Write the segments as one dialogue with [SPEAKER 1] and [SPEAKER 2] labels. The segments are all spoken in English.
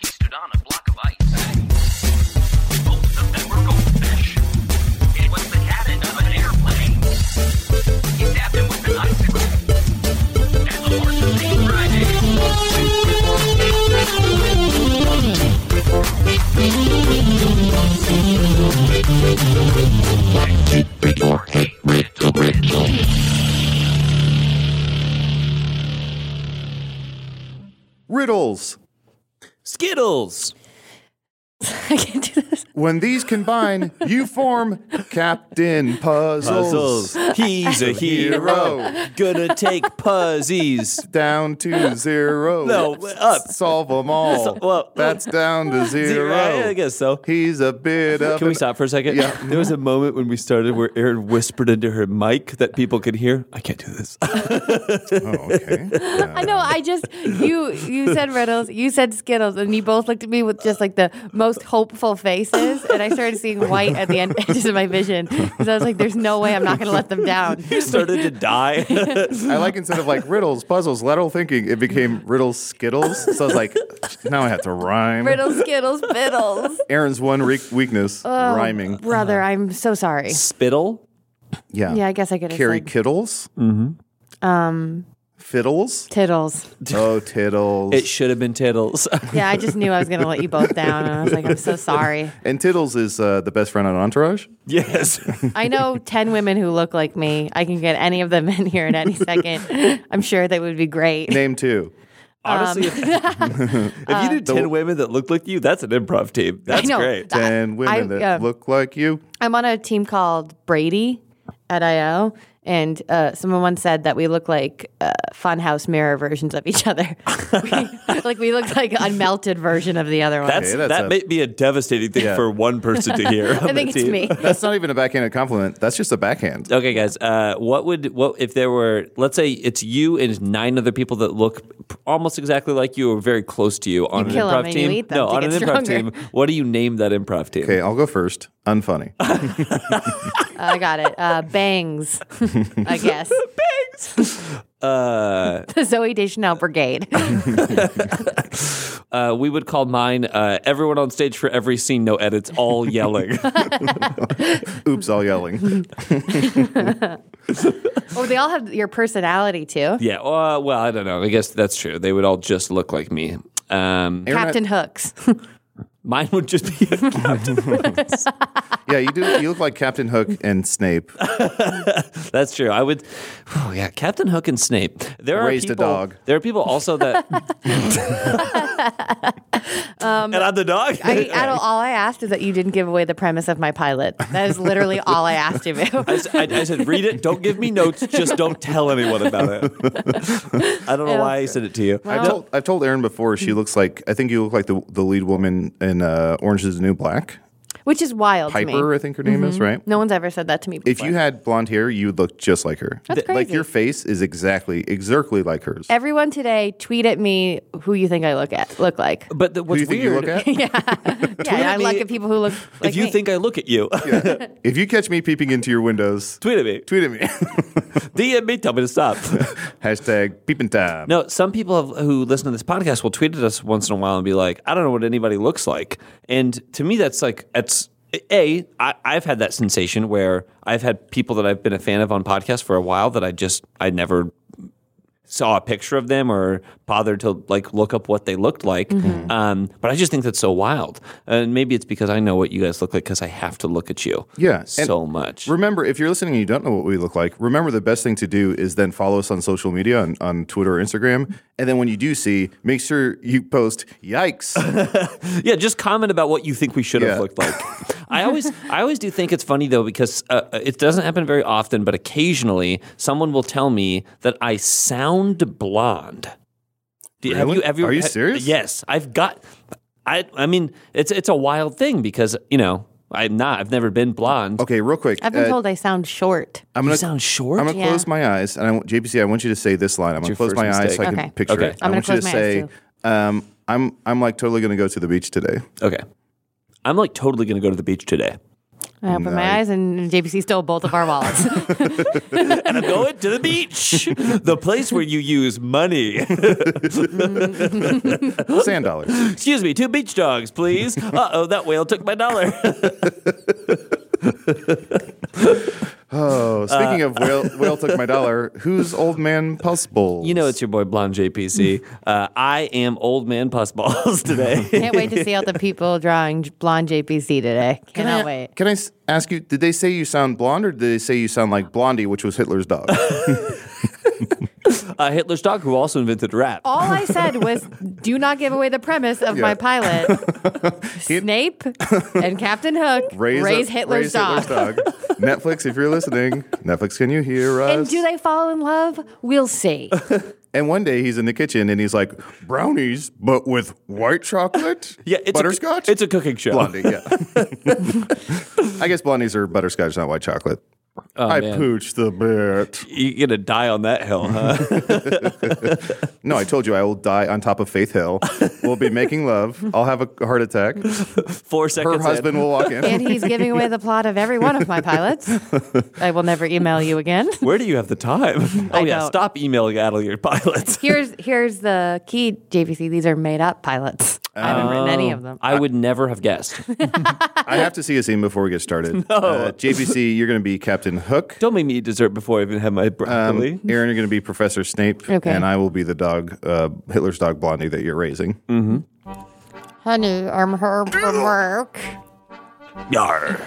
[SPEAKER 1] He stood on a block of ice. Both of them were goldfish. It was the cabin of an airplane. He stabbed him with an icicle. And the horse was named Friday.
[SPEAKER 2] Riddles.
[SPEAKER 3] Skittles.
[SPEAKER 4] I can't do this.
[SPEAKER 2] When these combine, you form Captain Puzzles.
[SPEAKER 3] Puzzles. He's a hero.
[SPEAKER 2] Hero.
[SPEAKER 3] Gonna take puzzies.
[SPEAKER 2] Down to zero.
[SPEAKER 3] No, up.
[SPEAKER 2] Solve them all.
[SPEAKER 3] So- well-
[SPEAKER 2] That's down to zero.
[SPEAKER 3] I guess so.
[SPEAKER 2] He's a bit of.
[SPEAKER 3] Can we
[SPEAKER 2] an-
[SPEAKER 3] stop for a second?
[SPEAKER 2] Yeah.
[SPEAKER 3] There was a moment when we started where Aaron whispered into her mic that people could hear. I can't do this.
[SPEAKER 2] Oh, okay. Yeah.
[SPEAKER 4] I know. I just you you said riddles, you said Skittles, and you both looked at me with just like the most hopeful faces, and I started seeing white at the end edges of my vision because I was like, "There's no way I'm not going to let them down."
[SPEAKER 3] You started to die.
[SPEAKER 2] I like instead of like riddles, puzzles, lateral thinking, it became riddles, skittles. So I was like, now I have to rhyme.
[SPEAKER 4] Riddles, Skittles, Biddles.
[SPEAKER 2] Aaron's one re- weakness,
[SPEAKER 4] Oh.
[SPEAKER 2] rhyming.
[SPEAKER 4] Brother, I'm so sorry.
[SPEAKER 3] Spittle.
[SPEAKER 2] Uh-huh. Yeah.
[SPEAKER 4] Yeah, I guess I could have
[SPEAKER 2] Carrie
[SPEAKER 4] said
[SPEAKER 2] Kittles.
[SPEAKER 3] Mm-hmm.
[SPEAKER 4] um,
[SPEAKER 2] Fiddles.
[SPEAKER 4] tittles.
[SPEAKER 2] Oh, tittles.
[SPEAKER 3] It should have been tittles.
[SPEAKER 4] Yeah, I just knew I was going to let you both down, and I was like, "I'm so sorry."
[SPEAKER 2] and Tittles is uh, the best friend on Entourage.
[SPEAKER 3] yes.
[SPEAKER 4] I know 10 women who look like me. I can get any of them in here in any second. I'm sure they would be great.
[SPEAKER 2] Name two.
[SPEAKER 3] Honestly, if, Um, uh, if you knew ten women that looked like you, that's an improv team. That's
[SPEAKER 4] know.
[SPEAKER 3] great.
[SPEAKER 2] Ten women
[SPEAKER 4] I-
[SPEAKER 2] that
[SPEAKER 4] yeah.
[SPEAKER 2] look like you.
[SPEAKER 4] I'm on a team called Brady at IO, and uh, someone once said that we look like uh, funhouse mirror versions of each other. We- like we look like a melted version of the other one.
[SPEAKER 3] That's,
[SPEAKER 2] that's
[SPEAKER 3] that
[SPEAKER 2] a-
[SPEAKER 3] may be a devastating thing
[SPEAKER 2] Yeah.
[SPEAKER 3] for one person to hear.
[SPEAKER 4] I think it's me.
[SPEAKER 2] That's not even a backhanded compliment. That's just a backhand.
[SPEAKER 3] Okay, guys. Uh, what would what if there were? Let's say it's you and nine other people that look p- almost exactly like you or very close to you on
[SPEAKER 4] kill
[SPEAKER 3] an
[SPEAKER 4] 'em
[SPEAKER 3] improv
[SPEAKER 4] and you
[SPEAKER 3] team.
[SPEAKER 4] eat them
[SPEAKER 3] no,
[SPEAKER 4] to
[SPEAKER 3] on an
[SPEAKER 4] get
[SPEAKER 3] improv
[SPEAKER 4] stronger.
[SPEAKER 3] team. What do you name that improv team?
[SPEAKER 2] Okay, I'll go first. Unfunny.
[SPEAKER 4] I got it. Uh, bangs, I guess.
[SPEAKER 3] Uh,
[SPEAKER 4] The Zoe Deschanel Brigade.
[SPEAKER 3] uh, we would call mine uh, everyone on stage for every scene, no edits, all yelling.
[SPEAKER 2] Oops, all yelling.
[SPEAKER 4] oh, they all have your personality too.
[SPEAKER 3] yeah. Uh, well, I don't know. I guess that's true. They would all just look like me. Um,
[SPEAKER 4] Captain Hooks.
[SPEAKER 3] mine would just be
[SPEAKER 2] Yeah, you do. You look like Captain Hook and Snape.
[SPEAKER 3] That's true. I would. Oh yeah, Captain Hook and Snape. There
[SPEAKER 2] Raised
[SPEAKER 3] are
[SPEAKER 2] a
[SPEAKER 3] people,
[SPEAKER 2] dog.
[SPEAKER 3] There are people also that. and I'm the dog.
[SPEAKER 4] I, I don't, all I asked is that you didn't give away the premise of my pilot. That is literally all I asked of you.
[SPEAKER 3] I, s- I- I said, read it. Don't give me notes. Just don't tell anyone about it. I don't know why I said it to you.
[SPEAKER 4] Uh-huh.
[SPEAKER 2] I've told I've told Erin before. She looks like I think you look like the the lead woman in uh, Orange Is the New Black.
[SPEAKER 4] Which is wild to
[SPEAKER 2] Piper,
[SPEAKER 4] me. Mm-hmm.
[SPEAKER 2] I think her name is right.
[SPEAKER 4] No one's ever said that to me before.
[SPEAKER 2] If you had blonde hair, you would look just like her.
[SPEAKER 4] That's
[SPEAKER 2] Like
[SPEAKER 4] crazy.
[SPEAKER 2] your face is exactly exactly like hers.
[SPEAKER 4] Everyone today, tweet at me who you think I look at look like.
[SPEAKER 3] But the,
[SPEAKER 2] Who
[SPEAKER 3] what's
[SPEAKER 2] do you think
[SPEAKER 3] weird?
[SPEAKER 2] you look at?
[SPEAKER 4] Yeah, and I
[SPEAKER 3] at me
[SPEAKER 4] look at people who look like
[SPEAKER 3] if you
[SPEAKER 4] me.
[SPEAKER 3] think I look at you,
[SPEAKER 2] If you catch me peeping into your windows,
[SPEAKER 3] tweet at me.
[SPEAKER 2] tweet at me.
[SPEAKER 3] DM me. Tell me to stop.
[SPEAKER 2] Hashtag peeping time.
[SPEAKER 3] No, some people have, who listen to this podcast will tweet at us once in a while and be like, "I don't know what anybody looks like," and to me, that's like that's a. I, I've had that sensation where I've had people that I've been a fan of on podcasts for a while that I just I never saw a picture of them or bothered to like look up what they looked like.
[SPEAKER 2] Mm-hmm.
[SPEAKER 3] Um, but I just think that's so wild, and maybe it's because I know what you guys look like because I have to look at you.
[SPEAKER 2] Yeah, and
[SPEAKER 3] so much.
[SPEAKER 2] Remember, if you're listening and you don't know what we look like, remember the best thing to do is then follow us on social media on, on Twitter or Instagram. And then when you do see, make sure you post yikes.
[SPEAKER 3] Yeah, just comment about what you think we should have
[SPEAKER 2] Yeah.
[SPEAKER 3] looked like. I always, I always do think it's funny though because uh, it doesn't happen very often, but occasionally someone will tell me that I sound blonde. Do-
[SPEAKER 2] Really?
[SPEAKER 3] ever-
[SPEAKER 2] Are you
[SPEAKER 3] ha-
[SPEAKER 2] serious?
[SPEAKER 3] yes, I've got. I, I mean, it's it's a wild thing because you know I'm not. I've never been blonde.
[SPEAKER 2] okay, real quick.
[SPEAKER 4] I've been
[SPEAKER 2] uh,
[SPEAKER 4] told I sound short.
[SPEAKER 2] I'm
[SPEAKER 3] You
[SPEAKER 2] gonna
[SPEAKER 3] sound short.
[SPEAKER 2] I'm gonna
[SPEAKER 4] Yeah.
[SPEAKER 2] close my eyes, and I want, JPC, I want you to say this line. I'm gonna
[SPEAKER 3] your
[SPEAKER 2] close
[SPEAKER 3] first
[SPEAKER 2] my eyes so
[SPEAKER 3] mistake.
[SPEAKER 2] I can
[SPEAKER 4] Okay.
[SPEAKER 2] picture
[SPEAKER 3] Okay.
[SPEAKER 2] it.
[SPEAKER 4] I'm
[SPEAKER 2] I
[SPEAKER 4] gonna
[SPEAKER 2] want you to
[SPEAKER 4] close my eyes,
[SPEAKER 2] say, um, I'm I'm like totally gonna go to the beach today.
[SPEAKER 3] okay, I'm like totally gonna go to the beach today.
[SPEAKER 4] I opened my eyes and JPC stole both of our wallets.
[SPEAKER 3] I'm going to the beach, the place where you use money.
[SPEAKER 2] Sand dollars.
[SPEAKER 3] Excuse me, two beach dogs, please. Uh oh, that whale took my dollar. Uh,
[SPEAKER 2] Oh, speaking of whale, whale took my dollar. Who's old man Puzzball?
[SPEAKER 3] You know it's your boy Blonde JPC. Uh, I am old man puss balls today.
[SPEAKER 4] Can't wait to see all the people drawing j- blonde JPC today. Cannot wait.
[SPEAKER 2] Can I s- ask you? Did they say you sound blonde, or did they say you sound like Blondie, which was Hitler's dog?
[SPEAKER 3] uh, Hitler's dog who also invented rap.
[SPEAKER 4] All I said was, do not give away the premise of my
[SPEAKER 2] Yeah.
[SPEAKER 4] pilot. Snape and Captain Hook raise, Hitler's
[SPEAKER 2] raise
[SPEAKER 4] dog.
[SPEAKER 2] dog. Netflix, if you're listening, Netflix, can you hear us?
[SPEAKER 4] And do they fall in love? We'll see.
[SPEAKER 2] And one day he's in the kitchen and he's like, brownies, but with white chocolate?
[SPEAKER 3] Yeah, it's
[SPEAKER 2] butterscotch?
[SPEAKER 3] A, it's a cooking show.
[SPEAKER 2] Blondie, yeah. I guess blondies are butterscotch, not white chocolate. I
[SPEAKER 3] Oh, man.
[SPEAKER 2] pooched the bit.
[SPEAKER 3] You're gonna die on that hill, huh?
[SPEAKER 2] No, I told you I will die on top of Faith Hill. We'll be making love. I'll have a heart attack.
[SPEAKER 3] Four seconds.
[SPEAKER 2] Her
[SPEAKER 3] in.
[SPEAKER 2] husband will walk in.
[SPEAKER 4] And he's giving away the plot of every one of my pilots. I will never email you again.
[SPEAKER 3] Where do you have the time? Oh
[SPEAKER 4] I
[SPEAKER 3] yeah,
[SPEAKER 4] don't.
[SPEAKER 3] stop emailing out of your pilots.
[SPEAKER 4] Here's here's the key, JPC. These are made up pilots. I haven't written any of them.
[SPEAKER 3] I would never have guessed.
[SPEAKER 2] I have to see a scene before we get started. Uh, JPC, you're going to be Captain Hook.
[SPEAKER 3] Don't make me eat dessert before I even have my
[SPEAKER 2] Um,
[SPEAKER 3] broccoli.
[SPEAKER 2] Aaron, you're going to be Professor Snape,
[SPEAKER 4] Okay.
[SPEAKER 2] and I will be the dog, uh, Hitler's dog Blondie that you're raising.
[SPEAKER 4] Honey, I'm her from work.
[SPEAKER 3] Yar.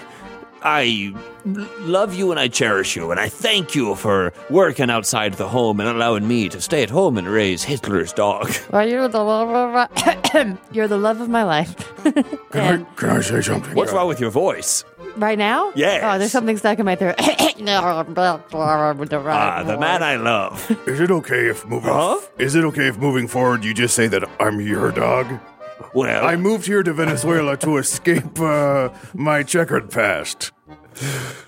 [SPEAKER 3] I l- love you and I cherish you, and I thank you for working outside the home and allowing me to stay at home and raise Hitler's dog.
[SPEAKER 4] Well, you're the love of my, you're the love of my life. And
[SPEAKER 2] Can I say something?
[SPEAKER 3] What's wrong with your voice?
[SPEAKER 4] right now?
[SPEAKER 3] Yes.
[SPEAKER 4] Oh, there's something stuck in my throat.
[SPEAKER 3] Ah,
[SPEAKER 4] ah,
[SPEAKER 3] the man I love.
[SPEAKER 2] Is it okay if moving?
[SPEAKER 3] Huh?
[SPEAKER 2] Is it okay if moving forward you just say that I'm your dog?
[SPEAKER 3] Well,
[SPEAKER 2] I moved here to Venezuela to escape uh, my checkered past.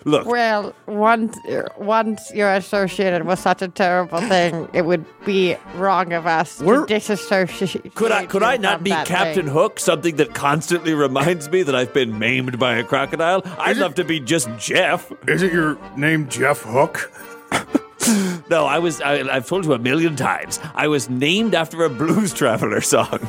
[SPEAKER 3] look,
[SPEAKER 4] Well, once once you're associated with such a terrible thing, it would be wrong of us
[SPEAKER 3] We're-
[SPEAKER 4] to disassociate.
[SPEAKER 3] could I could I not
[SPEAKER 4] from
[SPEAKER 3] be
[SPEAKER 4] that
[SPEAKER 3] Captain
[SPEAKER 4] thing.
[SPEAKER 3] Hook? Something that constantly reminds me that I've been maimed by a crocodile. I'd
[SPEAKER 2] it-
[SPEAKER 3] love to be just Jeff.
[SPEAKER 2] Is it your name Jeff Hook?
[SPEAKER 3] No, I was. I, I've told you a million times. I was named after a blues traveler song.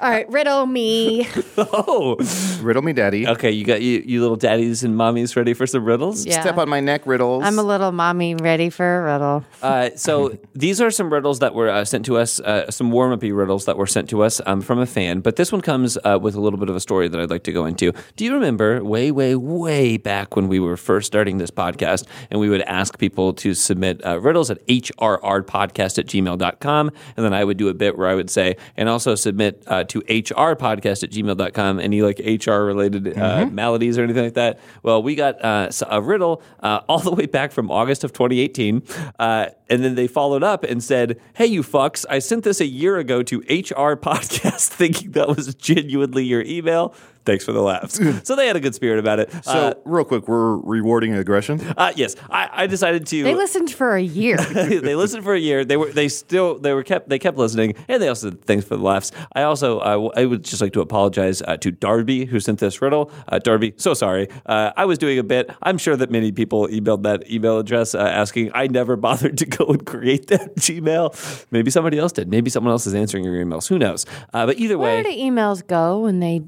[SPEAKER 4] All right, riddle me.
[SPEAKER 3] oh,
[SPEAKER 2] Riddle me, Daddy.
[SPEAKER 3] okay. You got you, you little daddies and mommies ready for some riddles.
[SPEAKER 4] Yeah.
[SPEAKER 2] Step on my neck, riddles.
[SPEAKER 4] I'm a little mommy ready for a riddle.
[SPEAKER 3] Uh, so these are some riddles that were uh, sent to us, uh, some warm up riddles that were sent to us um, from a fan. But this one comes uh, with a little bit of a story that I'd like to go into. Do you remember way, way, way back when we were first starting this podcast and we would ask people to submit uh, riddles at hrrpodcast at gmail.com? And then I would do a bit where I would say, and also submit uh, to hrpodcast at gmail.com any like HR related uh, maladies or anything like that. Well, we got uh, s- a riddle uh, all the way back from August of 2018. Uh, and then they followed up and said, Hey, you fucks, I sent this a year ago to HR Podcast thinking that was genuinely your email. Thanks for the laughs. so they had a good spirit about it.
[SPEAKER 2] so, real quick, we're rewarding aggression.
[SPEAKER 3] uh, yes, I, I decided to.
[SPEAKER 4] They listened for a year.
[SPEAKER 3] they listened for a year. They were they still they were kept they kept listening, and they also did thanks for the laughs. I also uh, w- I would just like to apologize uh, to Darby who sent this riddle. Uh, Darby, so sorry. Uh, I was doing a bit. I'm sure that many people emailed that email address uh, asking. I never bothered to go and create that Gmail. Maybe somebody else did. Maybe someone else is answering your emails. Who knows? Uh, but either
[SPEAKER 4] Where
[SPEAKER 3] way,
[SPEAKER 4] do emails go when they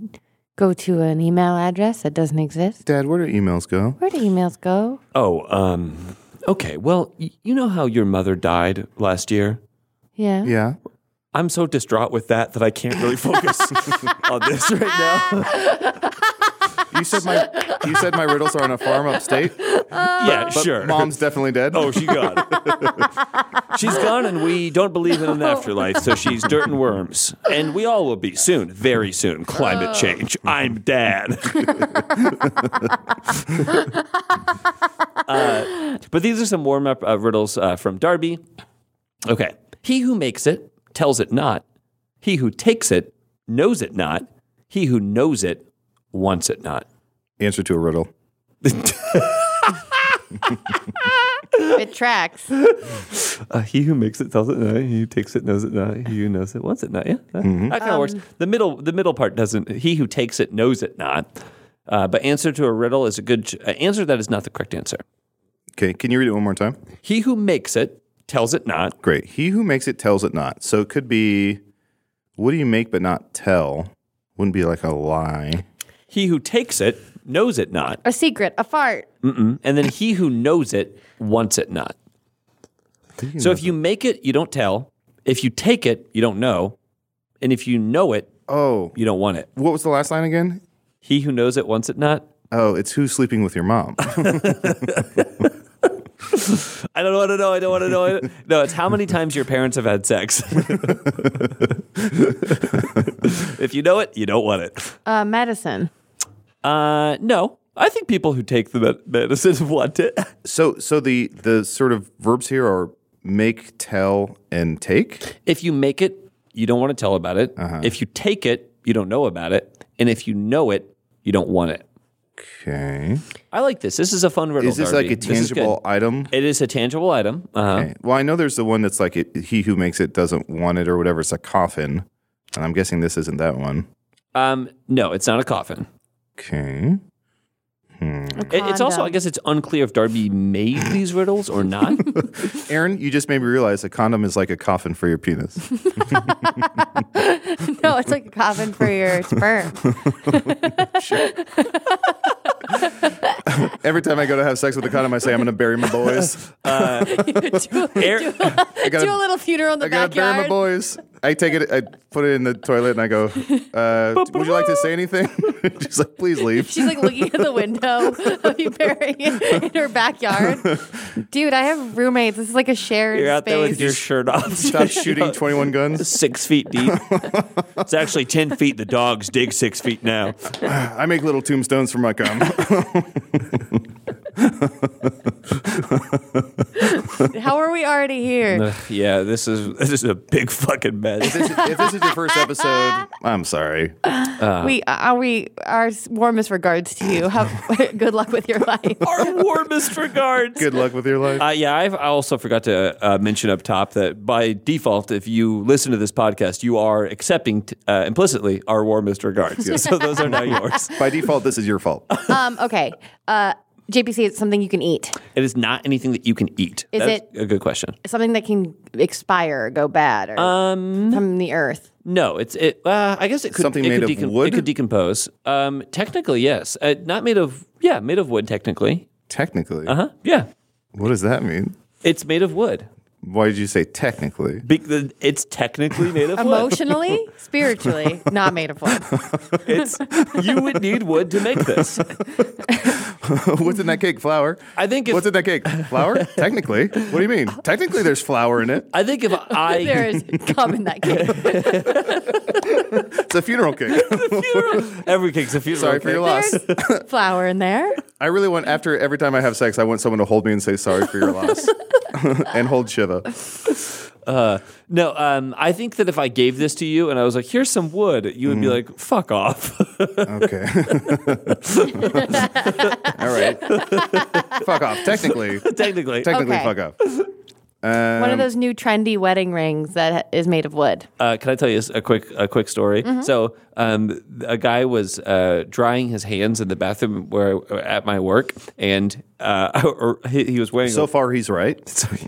[SPEAKER 4] go to an email address that doesn't exist?
[SPEAKER 2] Dad, where do emails go?
[SPEAKER 4] Where do emails go?
[SPEAKER 3] oh um. Okay, well, y- you know how your mother died last year?
[SPEAKER 4] Yeah.
[SPEAKER 2] Yeah.
[SPEAKER 3] I'm so distraught with that that I can't really focus on this right now.
[SPEAKER 2] You said my you said my riddles are on a farm upstate.
[SPEAKER 3] yeah,
[SPEAKER 2] But
[SPEAKER 3] sure.
[SPEAKER 2] Mom's definitely dead.
[SPEAKER 3] Oh, she gone. she's gone, and we don't believe in an afterlife, so she's dirt and worms. And we all will be soon, very soon. Climate change. I'm dad. Uh, but these are some warm up uh, riddles uh, from Darby. Okay. He who makes it tells it not. He who takes it knows it not. He who knows it wants it not.
[SPEAKER 2] Answer to a riddle.
[SPEAKER 4] It tracks.
[SPEAKER 3] Uh, he who makes it tells it not. He who takes it knows it not. He who knows it wants it not. Yeah, that, kind of works. The middle, the middle part doesn't. He who takes it knows it not. Uh, but answer to a riddle is a good ch- uh, answer. That is not the correct answer.
[SPEAKER 2] Okay, can you read it one more time?
[SPEAKER 3] He who makes it tells it not.
[SPEAKER 2] Great. He who makes it tells it not. So it could be what do you make but not tell? Wouldn't be like a lie.
[SPEAKER 3] He who takes it knows it not.
[SPEAKER 4] A secret, a fart.
[SPEAKER 3] Mm-mm. And then he who knows it wants it not. So if you make it, you don't tell. If you take it, you don't know. And if you know it,
[SPEAKER 2] Oh,
[SPEAKER 3] you don't want it.
[SPEAKER 2] what was the last line again?
[SPEAKER 3] He who knows it wants it not.
[SPEAKER 2] Oh, it's who's sleeping with your mom.
[SPEAKER 3] I don't want to know. I don't want to know. I don't- No, it's how many times your parents have had sex. if you know it, you don't want it.
[SPEAKER 4] Uh, medicine.
[SPEAKER 3] Uh, no, I think people who take the med- medicine want it.
[SPEAKER 2] so so the the sort of verbs here are make, tell, and take.
[SPEAKER 3] If you make it, you don't want to tell about it.
[SPEAKER 2] Uh-huh.
[SPEAKER 3] If you take it, you don't know about it. And if you know it, you don't want it.
[SPEAKER 2] Okay.
[SPEAKER 3] I like this. This is a fun riddle.
[SPEAKER 2] Is this
[SPEAKER 3] Darby.
[SPEAKER 2] like a
[SPEAKER 3] is good.
[SPEAKER 2] tangible item?
[SPEAKER 3] It is a tangible item. Uh-huh.
[SPEAKER 2] Okay. Well, I know there's the one that's like it, he who makes it doesn't want it or whatever. It's a coffin, and I'm guessing this isn't that one.
[SPEAKER 3] Um, no, it's not a coffin.
[SPEAKER 2] Okay.
[SPEAKER 3] It- it's also, I guess, it's unclear if Darby made these riddles or not.
[SPEAKER 2] Aaron, you just made me realize a condom is like a coffin for your penis.
[SPEAKER 4] No, it's like a coffin for your sperm.
[SPEAKER 2] Every time I go to have sex with a condom, I say I'm going to bury my boys.
[SPEAKER 3] Air-
[SPEAKER 2] I
[SPEAKER 4] Do a
[SPEAKER 2] got
[SPEAKER 4] little funeral in the
[SPEAKER 2] I gotta bury my
[SPEAKER 4] backyard.
[SPEAKER 2] boys. I take it, I put it in the toilet, and I go, uh, "Would you like to say anything?" She's like, "Please leave."
[SPEAKER 4] She's like looking at the window of you burying it in her backyard. Dude, I have roommates. This is like a shared
[SPEAKER 3] You're
[SPEAKER 4] space.
[SPEAKER 3] out there with your shirt off.
[SPEAKER 2] Stop shooting 21 guns.
[SPEAKER 3] six feet deep. it's actually 10 feet. The dogs dig six feet now.
[SPEAKER 2] I make little tombstones for my cum.
[SPEAKER 4] How are we already here?
[SPEAKER 3] yeah, this is this is a big fucking mess.
[SPEAKER 2] This is- if this is your first episode, I'm sorry.
[SPEAKER 4] we uh, are we our warmest regards to you. Have good luck with your life.
[SPEAKER 3] Our warmest regards.
[SPEAKER 2] Good luck with your life.
[SPEAKER 3] Uh, yeah, I've, I also forgot to uh, mention up top that by default, if you listen to this podcast, you are accepting t- uh, implicitly our warmest regards. So those are now yours.
[SPEAKER 2] By default, this is your fault.
[SPEAKER 4] Um, okay. Uh, JPC, it's something you can eat.
[SPEAKER 3] It is not anything that you can eat.
[SPEAKER 4] Is
[SPEAKER 3] That's
[SPEAKER 4] it-
[SPEAKER 3] a good question?
[SPEAKER 4] Something that can expire or go bad or from the earth.
[SPEAKER 3] No, it's it. Uh, I guess it could
[SPEAKER 2] Something
[SPEAKER 3] it could
[SPEAKER 2] made of wood?
[SPEAKER 3] It could decompose. Um, technically, yes. Uh, not made of. Yeah, made of wood. Technically,
[SPEAKER 2] Technically,
[SPEAKER 3] huh? Yeah,
[SPEAKER 2] what does that mean?
[SPEAKER 3] it's made of wood.
[SPEAKER 2] Why did you say technically?
[SPEAKER 3] Be- the- it's technically made of wood.
[SPEAKER 4] Emotionally, spiritually, not made of wood.
[SPEAKER 3] It's you would need wood to make this.
[SPEAKER 2] What's in that cake? Flour.
[SPEAKER 3] I think if-
[SPEAKER 2] What's in that cake? Flour. Technically, what do you mean? Technically, there's flour in it.
[SPEAKER 3] I think if I
[SPEAKER 4] There is cum in that cake.
[SPEAKER 2] It's a funeral cake.
[SPEAKER 3] every cake's a funeral.
[SPEAKER 2] Sorry for your
[SPEAKER 3] cake.
[SPEAKER 2] loss.
[SPEAKER 4] There's flour in there.
[SPEAKER 2] I really want after every time I have sex, I want someone to hold me and say sorry for your loss, and hold Shiva.
[SPEAKER 3] Uh, No, um, I think that if I gave this to you and I was like, "Here's some wood," you would be
[SPEAKER 2] Mm.
[SPEAKER 3] like, "Fuck off."
[SPEAKER 2] Okay. All right. fuck off. Technically,
[SPEAKER 3] technically,
[SPEAKER 2] technically,
[SPEAKER 4] Okay.
[SPEAKER 2] fuck off.
[SPEAKER 4] One of those new trendy wedding rings that is made of wood.
[SPEAKER 3] uh, can I tell you a quick a quick story? So um, a guy was uh, drying his hands in the bathroom where at my work, and uh, or he, he was wearing a-
[SPEAKER 2] So far, he's right.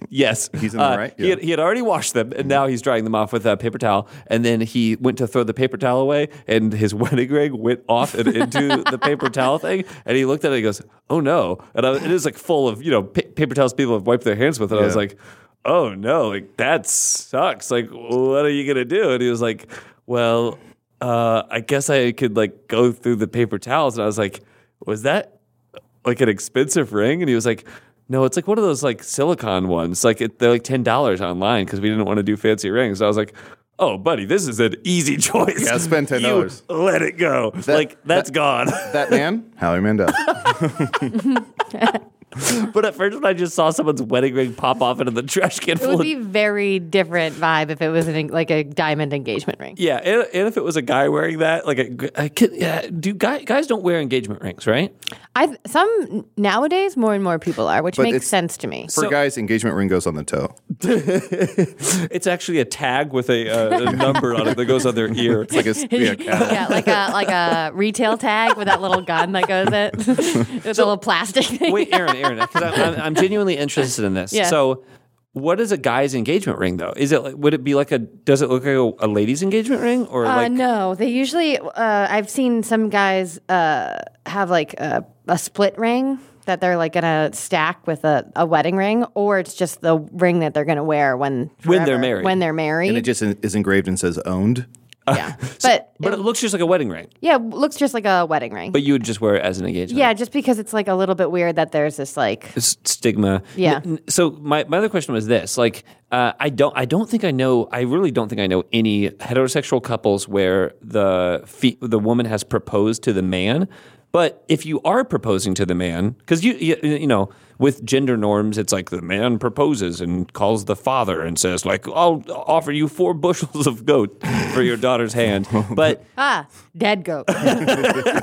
[SPEAKER 3] Yes,
[SPEAKER 2] He's in the
[SPEAKER 3] Uh,
[SPEAKER 2] right,
[SPEAKER 3] He,
[SPEAKER 2] yeah.
[SPEAKER 3] had, he had already washed them, and now he's drying them off with a paper towel. And then he went to throw the paper towel away, and his wedding ring went off and into the paper towel thing. And he looked at it and he goes, "Oh no!" And I, it is like full of you know pa- paper towels people have wiped their hands with, and I was
[SPEAKER 2] Yeah.
[SPEAKER 3] like, "Oh no! Like that sucks! Like what are you gonna do?" And he was like, "Well, uh, I guess I could like go through the paper towels." And I was like, "Was that?" like an expensive ring and he was like no it's like one of those like silicon ones like it, they're like $10 online because we didn't want to do fancy rings i was like oh buddy this is an easy choice
[SPEAKER 2] Yeah, spend $10.
[SPEAKER 3] You let it go like that's gone
[SPEAKER 2] that man, Howie Mandel.
[SPEAKER 3] but at first when i just saw someone's wedding ring pop off into the trash can
[SPEAKER 4] It
[SPEAKER 3] full
[SPEAKER 4] would
[SPEAKER 3] of
[SPEAKER 4] be very different vibe if it was an, en- like a diamond engagement ring.
[SPEAKER 3] yeah and, and if it was a guy wearing that like a, I could, yeah, do guy, guys don't wear engagement rings right
[SPEAKER 4] I some nowadays more and more people are, which
[SPEAKER 2] But
[SPEAKER 4] makes
[SPEAKER 2] it's-
[SPEAKER 4] sense to me.
[SPEAKER 2] For guys, engagement ring goes on the toe.
[SPEAKER 3] it's actually a tag with a, uh, a number on it that goes on their ear it's
[SPEAKER 2] Like a, yeah, cat.
[SPEAKER 4] yeah, like a like a retail tag with that little gun that goes it. It's a little plastic thing.
[SPEAKER 3] Wait, Aaron, Aaron, because I'm, I'm, I'm genuinely interested in this.
[SPEAKER 4] Yeah.
[SPEAKER 3] So, what is a guy's engagement ring though? Is it like, would it be like a? Does it look like a, a lady's engagement ring or
[SPEAKER 4] Uh,
[SPEAKER 3] like?
[SPEAKER 4] no, they usually. Uh, I've seen some guys uh, have like a, a split ring that they're like gonna stack with a, a wedding ring, or it's just the ring that they're gonna wear when
[SPEAKER 3] When they're
[SPEAKER 4] forever,
[SPEAKER 3] married.
[SPEAKER 4] When they're married,
[SPEAKER 2] And it just in- is engraved and says owned.
[SPEAKER 4] yeah. but
[SPEAKER 3] But it looks just like a wedding ring.
[SPEAKER 4] yeah, it looks just like a wedding ring.
[SPEAKER 3] But you would just wear it as an engagement.
[SPEAKER 4] yeah, just because it's like a little bit weird that there's this like
[SPEAKER 3] s- stigma.
[SPEAKER 4] Yeah.
[SPEAKER 3] N- n- So my, my other question was this: like, uh, I don't I don't think I know. I really don't think I know any heterosexual couples where the fe- the woman has proposed to the man. But if you are proposing to the man, because you, you you know with gender norms, it's like the man proposes and calls the father and says like, "I'll offer you four bushels of goat for your daughter's hand," but
[SPEAKER 4] ah dead goat.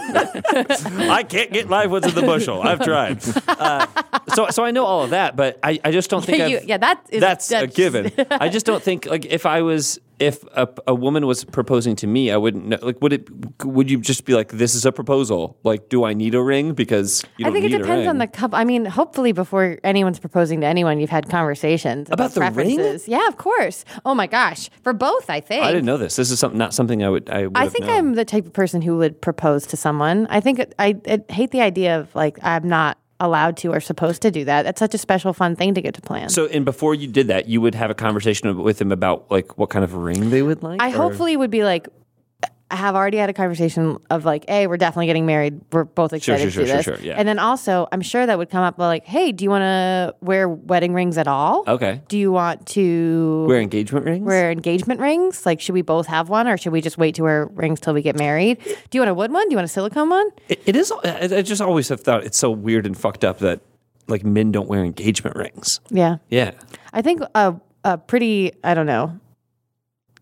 [SPEAKER 3] I can't get live ones in the bushel. I've tried. Uh, so, so I know all of that, but I, I just don't think
[SPEAKER 4] Yeah,
[SPEAKER 3] I've-
[SPEAKER 4] you- yeah, that is-
[SPEAKER 3] that's a
[SPEAKER 4] that's-
[SPEAKER 3] given. I just don't think like if I was if a, a woman was proposing to me, I wouldn't know, like would it would you just be like this is a proposal? Like, do I need a ring? Because you
[SPEAKER 4] I
[SPEAKER 3] don't
[SPEAKER 4] think it
[SPEAKER 3] need a
[SPEAKER 4] depends
[SPEAKER 3] ring.
[SPEAKER 4] on the couple. I mean, hopefully, before anyone's proposing to anyone, you've had conversations
[SPEAKER 3] About
[SPEAKER 4] about,
[SPEAKER 3] the ring?
[SPEAKER 4] preferences. Yeah, of course. Oh my gosh, for both, I think.
[SPEAKER 3] I didn't know this. This is something not something I would. I, would
[SPEAKER 4] I
[SPEAKER 3] have
[SPEAKER 4] think
[SPEAKER 3] known.
[SPEAKER 4] I'm the type of person who would propose to someone. I think it- I, I hate the idea of like I'm not allowed to or supposed to do that. That's such a special, fun thing to get to plan.
[SPEAKER 3] So, and before you did that, you would have a conversation with them about like what kind of ring they would like.
[SPEAKER 4] I
[SPEAKER 3] or-
[SPEAKER 4] hopefully would be like, I have already had a conversation of like, hey, we're definitely getting married. We're both
[SPEAKER 3] sure,
[SPEAKER 4] excited
[SPEAKER 3] sure,
[SPEAKER 4] to do
[SPEAKER 3] sure,
[SPEAKER 4] this.
[SPEAKER 3] sure, yeah.
[SPEAKER 4] And then also, I'm sure that would come up like, hey, do you want to wear wedding rings at all?
[SPEAKER 3] Okay.
[SPEAKER 4] Do you want to
[SPEAKER 3] Oh. wear engagement rings.
[SPEAKER 4] wear engagement rings? Like, should we both have one, or should we just wait to wear rings till we get married? Do you want a wood one? Do you want a silicone one?
[SPEAKER 3] It, it is. I I just always have thought it's so weird and fucked up that like men don't wear engagement rings.
[SPEAKER 4] Yeah,
[SPEAKER 3] Yeah.
[SPEAKER 4] I think a a pretty I don't know.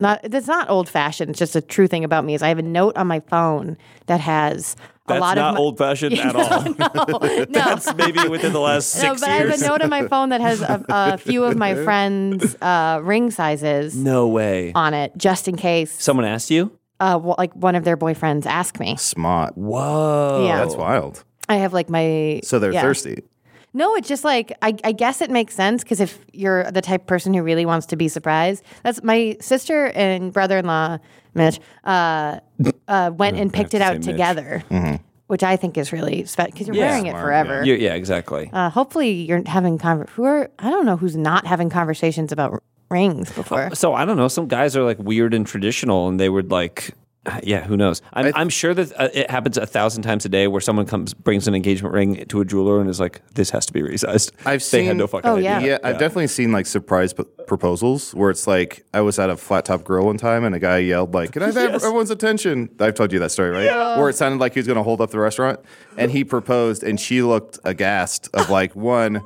[SPEAKER 4] Not it's not old fashioned. It's just a true thing about me is I have a note on my phone that has a lot of my-
[SPEAKER 3] fashioned at all.
[SPEAKER 4] no,
[SPEAKER 3] That's maybe within the last
[SPEAKER 4] no, but I have a note on my phone that has a, a few of my friends' uh, ring sizes
[SPEAKER 3] No way.
[SPEAKER 4] on it, just in case,
[SPEAKER 3] Someone asked you?
[SPEAKER 4] uh, w- like one of their boyfriends ask me.
[SPEAKER 2] Smart.
[SPEAKER 3] Whoa.
[SPEAKER 4] Yeah.
[SPEAKER 2] That's wild.
[SPEAKER 4] I have like my
[SPEAKER 2] So they're
[SPEAKER 4] yeah.
[SPEAKER 2] thirsty.
[SPEAKER 4] No, it's just like I, I guess it makes sense because if you're the type of person who really wants to be surprised, that's my sister and brother-in-law Mitch uh, uh, went and picked it
[SPEAKER 3] have to
[SPEAKER 4] out
[SPEAKER 3] say Mitch.
[SPEAKER 4] together, which I think is really special because you're
[SPEAKER 3] Yeah.
[SPEAKER 4] wearing it forever.
[SPEAKER 3] You- yeah, exactly.
[SPEAKER 4] Uh, hopefully, you're having conver- who are I don't know who's not having conversations about r- rings before.
[SPEAKER 3] so I don't know. Some guys are like weird and traditional, and they would like, yeah, who knows? I'm, I, am i am sure that uh, it happens a thousand times a day where someone comes brings an engagement ring to a jeweler and is like, "This has to be resized."
[SPEAKER 2] I've
[SPEAKER 3] they had
[SPEAKER 2] seen-
[SPEAKER 3] no fucking
[SPEAKER 4] Oh,
[SPEAKER 3] idea.
[SPEAKER 2] Yeah, I've definitely seen like surprise p- proposals where it's like I was at a flat top grill one time and a guy yelled like, "Can I have ev- everyone's attention?" I've told you that story, right? Where it sounded like he was going to hold up the restaurant, and he proposed, and she looked aghast of like one.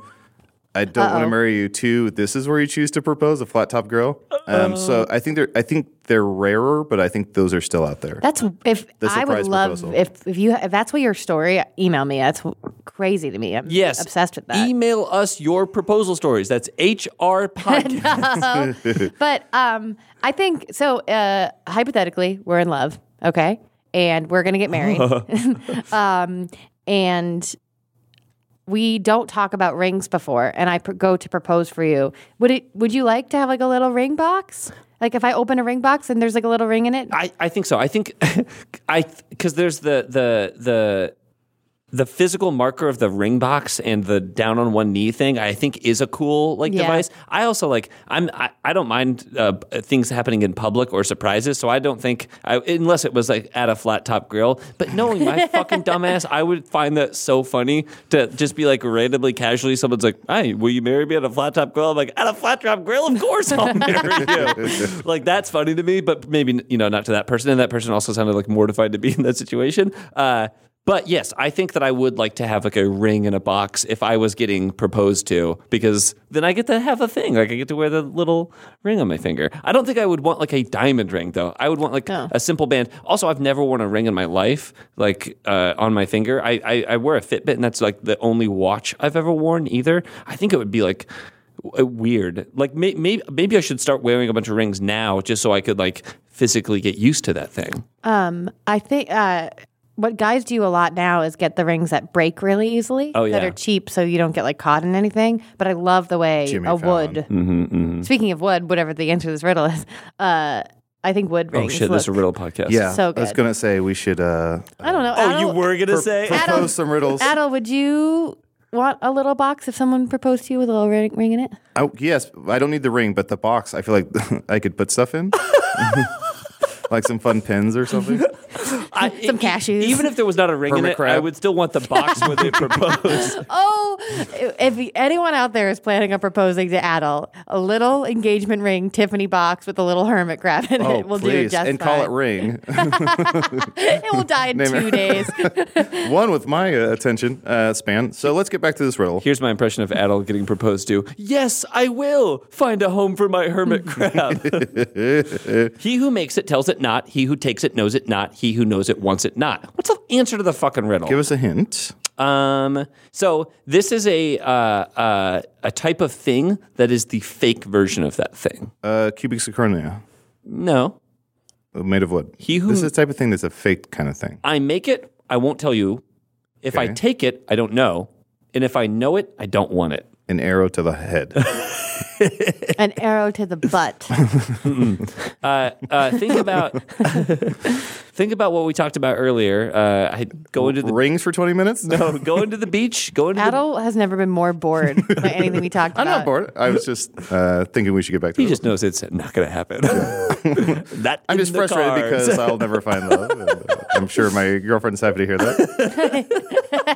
[SPEAKER 2] I don't want to marry you. Two, this is where you choose to propose a flat top grill. Um, so I think they're I think they're rarer, but I think those are still out there.
[SPEAKER 4] That's if
[SPEAKER 2] The
[SPEAKER 4] I would
[SPEAKER 2] surprise
[SPEAKER 4] love
[SPEAKER 2] proposal.
[SPEAKER 4] if if you if that's what your story email me. That's crazy to me. I'm
[SPEAKER 3] Yes.
[SPEAKER 4] obsessed with that.
[SPEAKER 3] Email us your proposal stories. That's HR podcast.
[SPEAKER 4] but um, I think so. Uh, hypothetically, we're in love. Okay. And we're going to get married. um, and we don't talk about rings before. And I pr- go to propose for you. Would it? Would you like to have like a little ring box? Like if I open a ring box and there's like a little ring in it?
[SPEAKER 3] I, I think so. I think I because there's the the the the physical marker of the ring box and the down on one knee thing. I think is a cool like
[SPEAKER 4] Yeah.
[SPEAKER 3] device. I also like I'm I, I don't mind uh, things happening in public or surprises. So I don't think I, unless it was like at a flat top grill. But knowing my fucking dumbass, I would find that so funny to just be like randomly casually someone's like, "Hey, will you marry me at a flat top grill?" I'm like, "At a flat top grill, of course I'll marry you." like that's funny to me, but maybe you know not to that person. And that person also sounded like mortified to be in that situation. Uh, but yes, I think that I would like to have like a ring in a box if I was getting proposed to, because then I get to have a thing. Like I get to wear the little ring on my finger. I don't think I would want like a diamond ring though. I would want like
[SPEAKER 4] No.
[SPEAKER 3] a simple band. Also, I've never worn a ring in my life, like uh, on my finger. I, I I wear a Fitbit, and that's like the only watch I've ever worn either. I think it would be like w- uh, weird. Like may, may, maybe I should start wearing a bunch of rings now, just so I could like physically get used to that thing.
[SPEAKER 4] Um, I think uh, what guys do a lot now is get the rings that break really easily.
[SPEAKER 3] Oh,
[SPEAKER 4] that
[SPEAKER 3] yeah.
[SPEAKER 4] are cheap, so you don't get like caught in anything. But I love the way
[SPEAKER 2] Jimmy
[SPEAKER 4] a
[SPEAKER 2] Fallon.
[SPEAKER 4] wood.
[SPEAKER 2] Mm-hmm,
[SPEAKER 4] Speaking of wood, whatever the answer to this riddle is, uh, I think wood
[SPEAKER 3] Oh
[SPEAKER 4] rings.
[SPEAKER 3] shit, this is a
[SPEAKER 4] look-
[SPEAKER 3] riddle podcast.
[SPEAKER 2] Yeah,
[SPEAKER 4] So
[SPEAKER 2] I was
[SPEAKER 4] good.
[SPEAKER 2] gonna say we should. Uh,
[SPEAKER 4] I don't know.
[SPEAKER 3] Oh, you
[SPEAKER 4] Adel-
[SPEAKER 3] were gonna
[SPEAKER 2] pro-
[SPEAKER 3] say
[SPEAKER 2] propose some riddles.
[SPEAKER 4] Adel, would you want a little box if someone proposed to you with a little ring, ring in it?
[SPEAKER 2] I, yes, I don't need the ring, but the box. I feel like I could put stuff in, like some fun pins or something.
[SPEAKER 3] I-
[SPEAKER 4] Some
[SPEAKER 3] e-
[SPEAKER 4] cashews.
[SPEAKER 3] Even if there was not a ring in
[SPEAKER 2] Hermit
[SPEAKER 3] it,
[SPEAKER 2] crab.
[SPEAKER 3] I would still want the box where they proposed.
[SPEAKER 4] Oh, if anyone out there is planning on proposing to Adel, a little engagement ring, Tiffany box with a little hermit crab in
[SPEAKER 2] Oh,
[SPEAKER 4] it will do
[SPEAKER 2] please,
[SPEAKER 4] just
[SPEAKER 2] and call it
[SPEAKER 4] fine.
[SPEAKER 2] ring.
[SPEAKER 4] It will die in
[SPEAKER 2] Name
[SPEAKER 4] two
[SPEAKER 2] it.
[SPEAKER 4] days.
[SPEAKER 2] One with my uh, attention uh, span. So let's get back to this riddle.
[SPEAKER 3] Here's my impression of Adel getting proposed to. Yes, I will find a home for my hermit crab. he who makes it tells it not. He who takes it knows it not. He who knows it wants it not. What's the answer to the fucking riddle?
[SPEAKER 2] Give us a hint.
[SPEAKER 3] Um, so this is a uh, uh, a type of thing that is the fake version of that thing.
[SPEAKER 2] Uh, cubic zirconia, uh,
[SPEAKER 3] No,
[SPEAKER 2] made of wood.
[SPEAKER 3] He who-
[SPEAKER 2] this is the type of thing that's a fake kind of thing.
[SPEAKER 3] I make it, I won't tell you. If I
[SPEAKER 2] Okay.
[SPEAKER 3] take it, I don't know. And if I know it, I don't want it.
[SPEAKER 2] An arrow to the head.
[SPEAKER 4] An arrow to the butt.
[SPEAKER 3] Uh, uh, think about think about what we talked about earlier. Uh, I go into the
[SPEAKER 2] Rings for twenty minutes.
[SPEAKER 3] no, go into the beach. Go into the,
[SPEAKER 4] Adel has never been more bored by anything we talked
[SPEAKER 2] I'm
[SPEAKER 4] about.
[SPEAKER 2] not bored. I was just uh, thinking we should get back to.
[SPEAKER 3] he
[SPEAKER 2] the
[SPEAKER 3] just knows it's not going to happen. that
[SPEAKER 2] I'm
[SPEAKER 3] in
[SPEAKER 2] just
[SPEAKER 3] the
[SPEAKER 2] frustrated
[SPEAKER 3] cards.
[SPEAKER 2] because I'll never find love. And, uh, I'm sure my girlfriend's happy to hear that.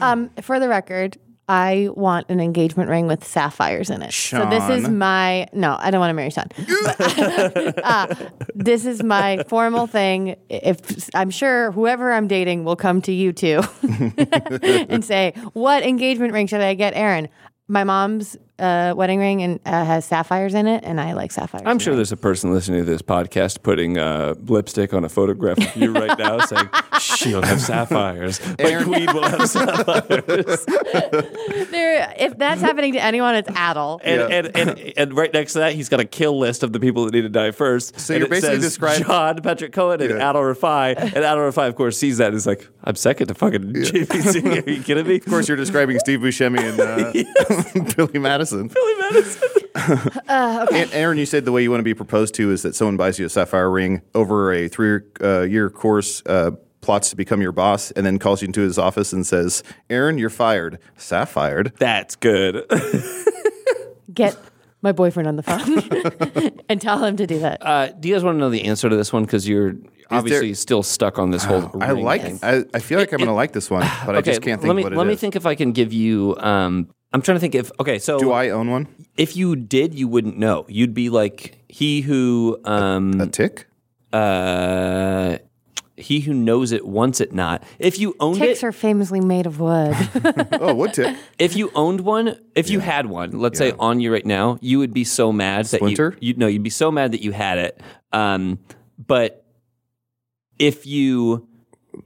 [SPEAKER 4] Um, for the record, I want an engagement ring with sapphires in it. So this is
[SPEAKER 2] Sean.
[SPEAKER 4] my no. I don't want to marry Sean. But- uh, this is my formal thing. If I'm sure whoever I'm dating will come to you two and say, "What engagement ring should I get, Aaron?" My mom's uh, wedding ring and uh, has sapphires in it, and I like sapphires.
[SPEAKER 3] I'm sure there's a person listening to this podcast putting uh, lipstick on a photograph of you right now, saying she'll have sapphires, my queen will have sapphires.
[SPEAKER 4] There- if that's happening to anyone, it's Adel.
[SPEAKER 3] And, and, and, and right next to that, he's got a kill list of the people that need to die first.
[SPEAKER 2] So
[SPEAKER 3] and
[SPEAKER 2] you're
[SPEAKER 3] it
[SPEAKER 2] basically
[SPEAKER 3] says
[SPEAKER 2] describing-
[SPEAKER 3] John Patrick Cohen and
[SPEAKER 2] Yeah.
[SPEAKER 3] Adol Rafai. And Adol Rafai, of course, sees that and is like, I'm second to fucking JPC. Are you kidding me?
[SPEAKER 2] Of course, you're describing Steve Buscemi and uh, Billy Madison.
[SPEAKER 3] Uh,
[SPEAKER 2] A- Aaron, you said the way you want to be proposed to is that someone buys you a sapphire ring over a three-year uh, year course, uh, plots to become your boss, and then calls you into his office and says, "Aaron, you're fired." Sapphire.
[SPEAKER 3] That's good.
[SPEAKER 4] Get my boyfriend on the phone and tell him to do that.
[SPEAKER 3] Uh, do you guys want to know the answer to this one? Because you're obviously still stuck on this whole
[SPEAKER 2] I
[SPEAKER 3] ring
[SPEAKER 2] like.
[SPEAKER 3] thing.
[SPEAKER 2] I, I feel like I'm going to like this one, but I just can't think
[SPEAKER 3] let me,
[SPEAKER 2] what it is.
[SPEAKER 3] Let me think if I can give you. Um, I'm trying to think if. Okay, so
[SPEAKER 2] Do I own one?
[SPEAKER 3] if you did, you wouldn't know. You'd be like he who. Um,
[SPEAKER 2] A tick?
[SPEAKER 3] uh, he who knows it wants it not. If you owned
[SPEAKER 4] Ticks
[SPEAKER 3] it,
[SPEAKER 4] are famously made of wood.
[SPEAKER 2] Oh, what tick?
[SPEAKER 3] if you owned one, if you had one, let's say on you right now, you would be so mad
[SPEAKER 2] Splinter?
[SPEAKER 3] that you, you no, you'd be so mad that you had it. Um, but if you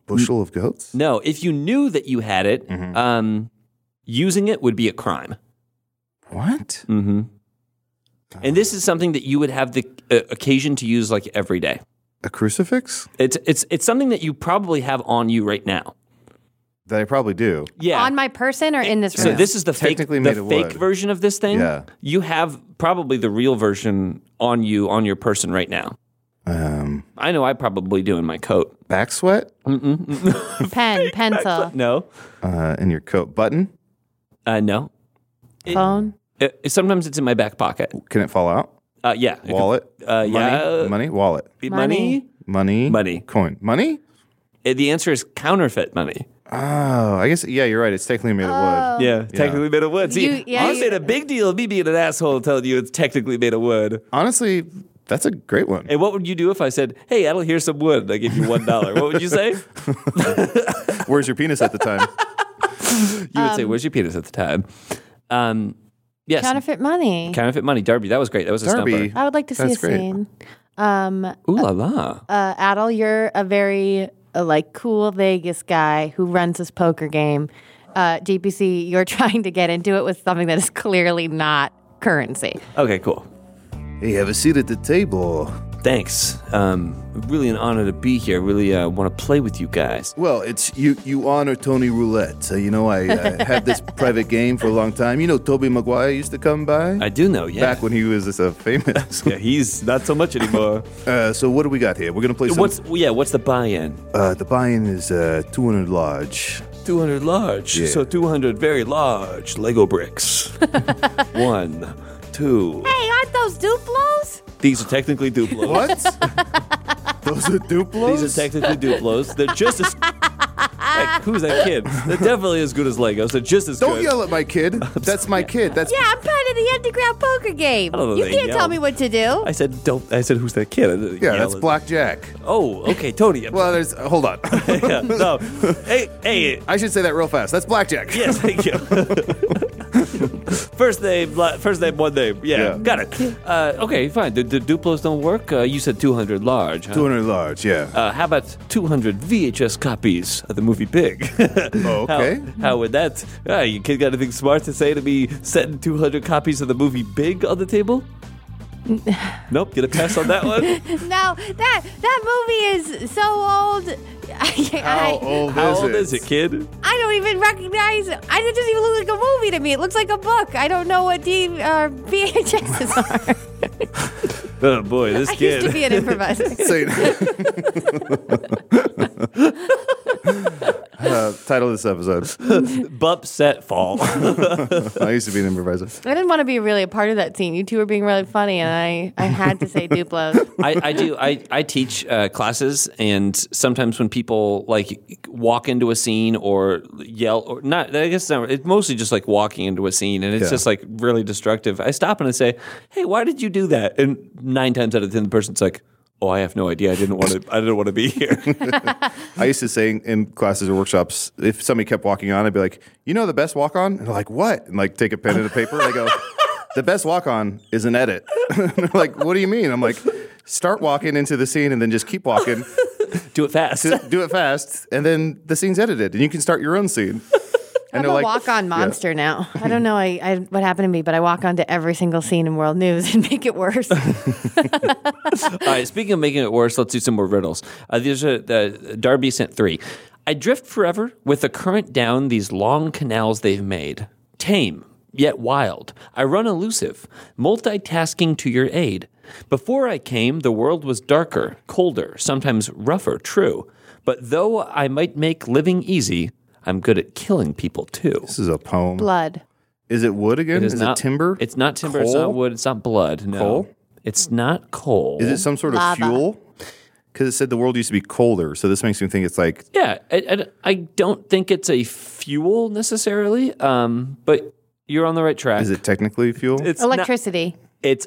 [SPEAKER 2] Bushel of goats?
[SPEAKER 3] no, if you knew that you had it, um, using it would be a crime.
[SPEAKER 2] What?
[SPEAKER 3] And this is something that you would have the uh, occasion to use like every day.
[SPEAKER 2] a crucifix
[SPEAKER 3] It's it's it's something that you probably have on you right now.
[SPEAKER 2] that I probably do.
[SPEAKER 3] Yeah.
[SPEAKER 4] On my person or in this room?
[SPEAKER 3] so this is the fake
[SPEAKER 2] Technically
[SPEAKER 3] the
[SPEAKER 2] made of
[SPEAKER 3] fake
[SPEAKER 2] wood.
[SPEAKER 3] version of this thing.
[SPEAKER 2] Yeah.
[SPEAKER 3] You have probably the real version on you on your person right now.
[SPEAKER 2] Um,
[SPEAKER 3] I know I probably do in my coat.
[SPEAKER 2] back sweat
[SPEAKER 4] pen, pencil,
[SPEAKER 3] No.
[SPEAKER 2] uh, in your coat button.
[SPEAKER 3] Uh no.
[SPEAKER 4] phone.
[SPEAKER 3] It- sometimes it's in my back pocket.
[SPEAKER 2] Can it fall out?
[SPEAKER 3] Uh yeah. It could-
[SPEAKER 2] Wallet.
[SPEAKER 3] Uh,
[SPEAKER 2] money.
[SPEAKER 3] yeah.
[SPEAKER 2] Money. Wallet.
[SPEAKER 3] be
[SPEAKER 4] Money.
[SPEAKER 3] money.
[SPEAKER 2] Money.
[SPEAKER 3] Money.
[SPEAKER 2] Coin. Money.
[SPEAKER 3] Uh, The answer is counterfeit money.
[SPEAKER 2] Oh, I guess. Yeah, you're right. It's technically made of wood.
[SPEAKER 3] Yeah, technically made of wood. See,
[SPEAKER 4] You- yeah,
[SPEAKER 3] I
[SPEAKER 4] you-
[SPEAKER 3] made a big deal of me being an asshole telling you it's technically made of wood.
[SPEAKER 2] Honestly, that's a great one.
[SPEAKER 3] And what would you do if I said, "Hey, Adel, here's some wood. and I give you one dollar." what would you say? You
[SPEAKER 2] Where's your penis at the time?
[SPEAKER 3] would say, "Where's your penis at the time?" Um, yes, counterfeit.
[SPEAKER 4] Counterfeit money.
[SPEAKER 3] money, Darby. That was great. That was a
[SPEAKER 2] Darby.
[SPEAKER 3] stumper.
[SPEAKER 4] I would like to see
[SPEAKER 2] That's
[SPEAKER 4] a
[SPEAKER 2] great.
[SPEAKER 4] scene. Um, uh,
[SPEAKER 3] Ooh la la.
[SPEAKER 4] Adel, you're a very uh, like cool Vegas guy who runs this poker game. Uh, DPC, you're trying to get into it with something that is clearly not currency.
[SPEAKER 3] Okay, cool.
[SPEAKER 2] Hey, have a seat at the table.
[SPEAKER 3] Thanks. Um, really an honor to be here. Really uh, want to play with you guys.
[SPEAKER 2] Well, it's you. You honor Tony Roulette. So, you know, I uh, had this private game for a long time. You know, Toby Maguire used to come by
[SPEAKER 3] I do know. Yeah.
[SPEAKER 2] back when he was uh, famous.
[SPEAKER 3] yeah, he's not so much anymore.
[SPEAKER 2] uh, so, what do we got here? We're gonna play. Some,
[SPEAKER 3] what's yeah? What's the buy-in?
[SPEAKER 2] uh, the buy-in is uh, 200 large.
[SPEAKER 3] 200 large.
[SPEAKER 2] Yeah.
[SPEAKER 3] So 200 very large Lego bricks. One, two.
[SPEAKER 4] Hey, aren't those Duplos?
[SPEAKER 3] These are technically Duplos.
[SPEAKER 2] What? Those are Duplos.
[SPEAKER 3] These are technically Duplos. They're just as. Like, who's that kid? They're definitely as good as Legos. They're just as
[SPEAKER 2] Don't
[SPEAKER 3] good.
[SPEAKER 2] yell at my kid. That's my kid. That's
[SPEAKER 4] Yeah, I'm part of the underground poker game.
[SPEAKER 3] I don't know
[SPEAKER 4] You
[SPEAKER 3] they
[SPEAKER 4] can't tell
[SPEAKER 3] yelled.
[SPEAKER 4] me what to do.
[SPEAKER 3] I said, don't. I said, who's that kid? I didn't
[SPEAKER 2] yeah.
[SPEAKER 3] yell
[SPEAKER 2] That's
[SPEAKER 3] at-
[SPEAKER 2] blackjack.
[SPEAKER 3] Oh, okay, Tony. I'm-
[SPEAKER 2] Well, there's. hold on.
[SPEAKER 3] yeah, no. Hey, hey.
[SPEAKER 2] I should say that real fast. That's blackjack.
[SPEAKER 3] Yes, thank you. first name, la- first name, one name. Yeah,
[SPEAKER 2] Yeah.
[SPEAKER 3] got it. Uh, okay, fine. The, the Duplos don't work. Uh, you said 200 large. Huh?
[SPEAKER 2] 200 large. Yeah.
[SPEAKER 3] Uh, how about 200 VHS copies of the movie Big?
[SPEAKER 2] Oh,
[SPEAKER 3] How-
[SPEAKER 2] okay.
[SPEAKER 3] How, would that? Uh, you kid got anything smart to say to me setting 200 copies of the movie Big on the table? nope, get a pass on that one.
[SPEAKER 4] No, that that movie is so old. I,
[SPEAKER 2] How
[SPEAKER 4] I,
[SPEAKER 2] old
[SPEAKER 3] How
[SPEAKER 2] is
[SPEAKER 3] old
[SPEAKER 2] it?
[SPEAKER 3] is it, kid?
[SPEAKER 4] I don't even recognize. I it doesn't even look like a movie to me. It looks like a book. I don't know what D uh, or VHSs are.
[SPEAKER 3] Oh boy, this
[SPEAKER 4] I
[SPEAKER 3] kid.
[SPEAKER 4] used to be an improviser.
[SPEAKER 2] Say Uh, title of this episode.
[SPEAKER 3] Bup set fall.
[SPEAKER 2] I used to be an improviser.
[SPEAKER 4] I didn't want to be really a part of that scene. You two were being really funny, and I, I had to say Duplos.
[SPEAKER 3] I, I do. I, I teach uh, classes, and sometimes when people like walk into a scene or yell, or not, I guess it's, not, it's mostly just like walking into a scene, and it's
[SPEAKER 2] Yeah.
[SPEAKER 3] just like really destructive. I stop and I say, "Hey, why did you do that?" And nine times out of ten, the person's like, "Oh, I have no idea. I didn't want to. I didn't want to be here."
[SPEAKER 2] I used to say in- in classes or workshops, if somebody kept walking on, I'd be like, "You know the best walk on?" And they're like, "What?" And like take a pen and a paper. And I go, "The best walk on is an edit." and they're like, "What do you mean?" I'm like, "Start walking into the scene and then just keep walking,
[SPEAKER 3] do it fast.
[SPEAKER 2] to do it fast, and then the scene's edited, and you can start your own scene." And
[SPEAKER 4] I'm a walk-on monster now. I don't know I, I, what happened to me, but I walk onto every single scene in world news and make it worse.
[SPEAKER 3] All right. Speaking of making it worse, let's do some more riddles. Uh, these are uh, Darby sent three. I drift forever with the current down these long canals they've made. Tame yet wild, I run elusive, multitasking to your aid. Before I came, the world was darker, colder, sometimes rougher. True, but though I might make living easy, I'm good at killing people too.
[SPEAKER 2] This is a poem.
[SPEAKER 4] Blood.
[SPEAKER 2] Is it wood again? is
[SPEAKER 3] not
[SPEAKER 2] it timber?
[SPEAKER 3] It's not timber. It's
[SPEAKER 2] Coal?
[SPEAKER 3] not wood. It's not blood. No.
[SPEAKER 2] Coal?
[SPEAKER 3] It's not coal.
[SPEAKER 2] Is it some sort of
[SPEAKER 4] Lava.
[SPEAKER 2] fuel? Because it said the world used to be colder, so this makes me think it's like
[SPEAKER 3] Yeah, I, I, I don't think it's a fuel necessarily, um, but you're on the right track.
[SPEAKER 2] is it technically fuel?
[SPEAKER 3] It's not-
[SPEAKER 4] Electricity.
[SPEAKER 3] it's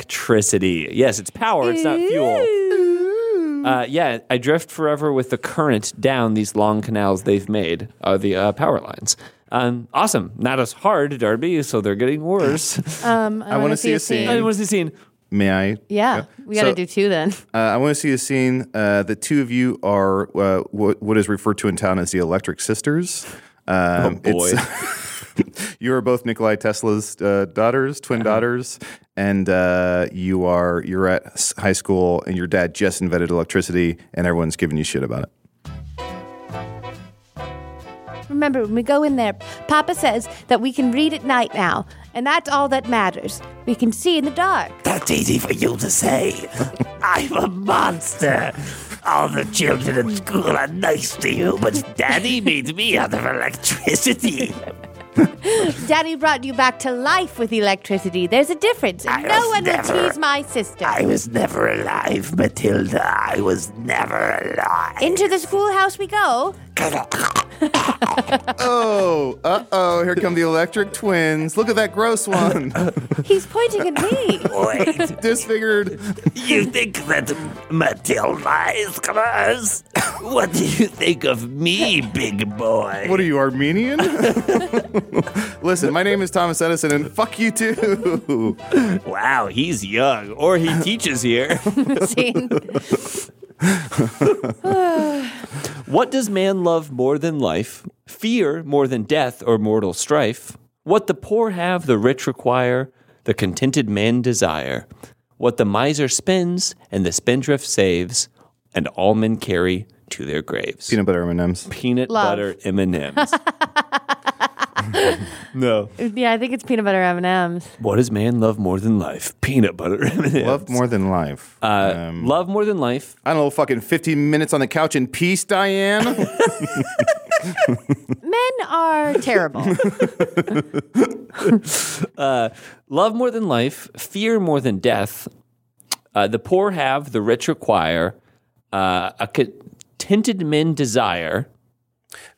[SPEAKER 3] electricity. Yes, it's power. It's not fuel. Uh, yeah, I drift forever with the current down these long canals they've made, uh, the uh, power lines. Um, awesome. Not as hard, Darby, so they're getting worse.
[SPEAKER 4] Um,
[SPEAKER 2] I
[SPEAKER 4] wanna
[SPEAKER 2] wanna see a scene.
[SPEAKER 3] I was seeing.
[SPEAKER 2] May I?
[SPEAKER 4] Yeah, we got to
[SPEAKER 2] So-
[SPEAKER 4] do two then.
[SPEAKER 2] Uh, I want to see a scene. Uh, the two of you are uh, what, what is referred to in town as the Electric Sisters. Um,
[SPEAKER 3] Oh, boy.
[SPEAKER 2] it's- you are both Nikolai Tesla's uh, daughters, twin daughters, and uh, you are you're at s- high school, and your dad just invented electricity, and everyone's giving you shit about it.
[SPEAKER 5] Remember, when we go in there, Papa says that we can read at night now, and that's all that matters. We can see in the dark.
[SPEAKER 6] That's easy for you to say. I'm a monster. All the children in school are nice to you, but Daddy made me out of electricity.
[SPEAKER 5] Daddy brought you back to life with electricity. There's a difference. and
[SPEAKER 6] I
[SPEAKER 5] no
[SPEAKER 6] was
[SPEAKER 5] one
[SPEAKER 6] never-
[SPEAKER 5] will tease my sister.
[SPEAKER 6] I was never alive, Matilda. I was never alive.
[SPEAKER 5] Into the schoolhouse we go.
[SPEAKER 2] Oh, uh oh, here come the electric twins. Look at that gross one.
[SPEAKER 5] He's pointing at me.
[SPEAKER 6] Wait,
[SPEAKER 2] Disfigured.
[SPEAKER 6] you think that Matilda is gross? What do you think of me, big boy?
[SPEAKER 2] What are you, Armenian? Listen, my name is Thomas Edison, and fuck you too.
[SPEAKER 6] wow, he's
[SPEAKER 3] Young, or he teaches here.
[SPEAKER 5] Scene.
[SPEAKER 3] What does man love more than life? Fear more than death or mortal strife? What the poor have, the rich require, the contented man desire. What the miser spends and the spendthrift saves, and all men carry to their graves.
[SPEAKER 2] Peanut butter M&Ms.
[SPEAKER 3] Peanut
[SPEAKER 4] Love.
[SPEAKER 3] butter M&Ms. no.
[SPEAKER 4] Yeah, I think it's peanut butter M and M's.
[SPEAKER 3] What does man love more than life? Peanut butter M&Ms.
[SPEAKER 2] Love more than life.
[SPEAKER 3] Uh, love more than life.
[SPEAKER 2] I don't know, fucking 15 minutes on the couch in peace, Diane.
[SPEAKER 4] Men are terrible.
[SPEAKER 3] Love more than life, fear more than death. Uh, the poor have, the rich require. Uh, a contented men desire.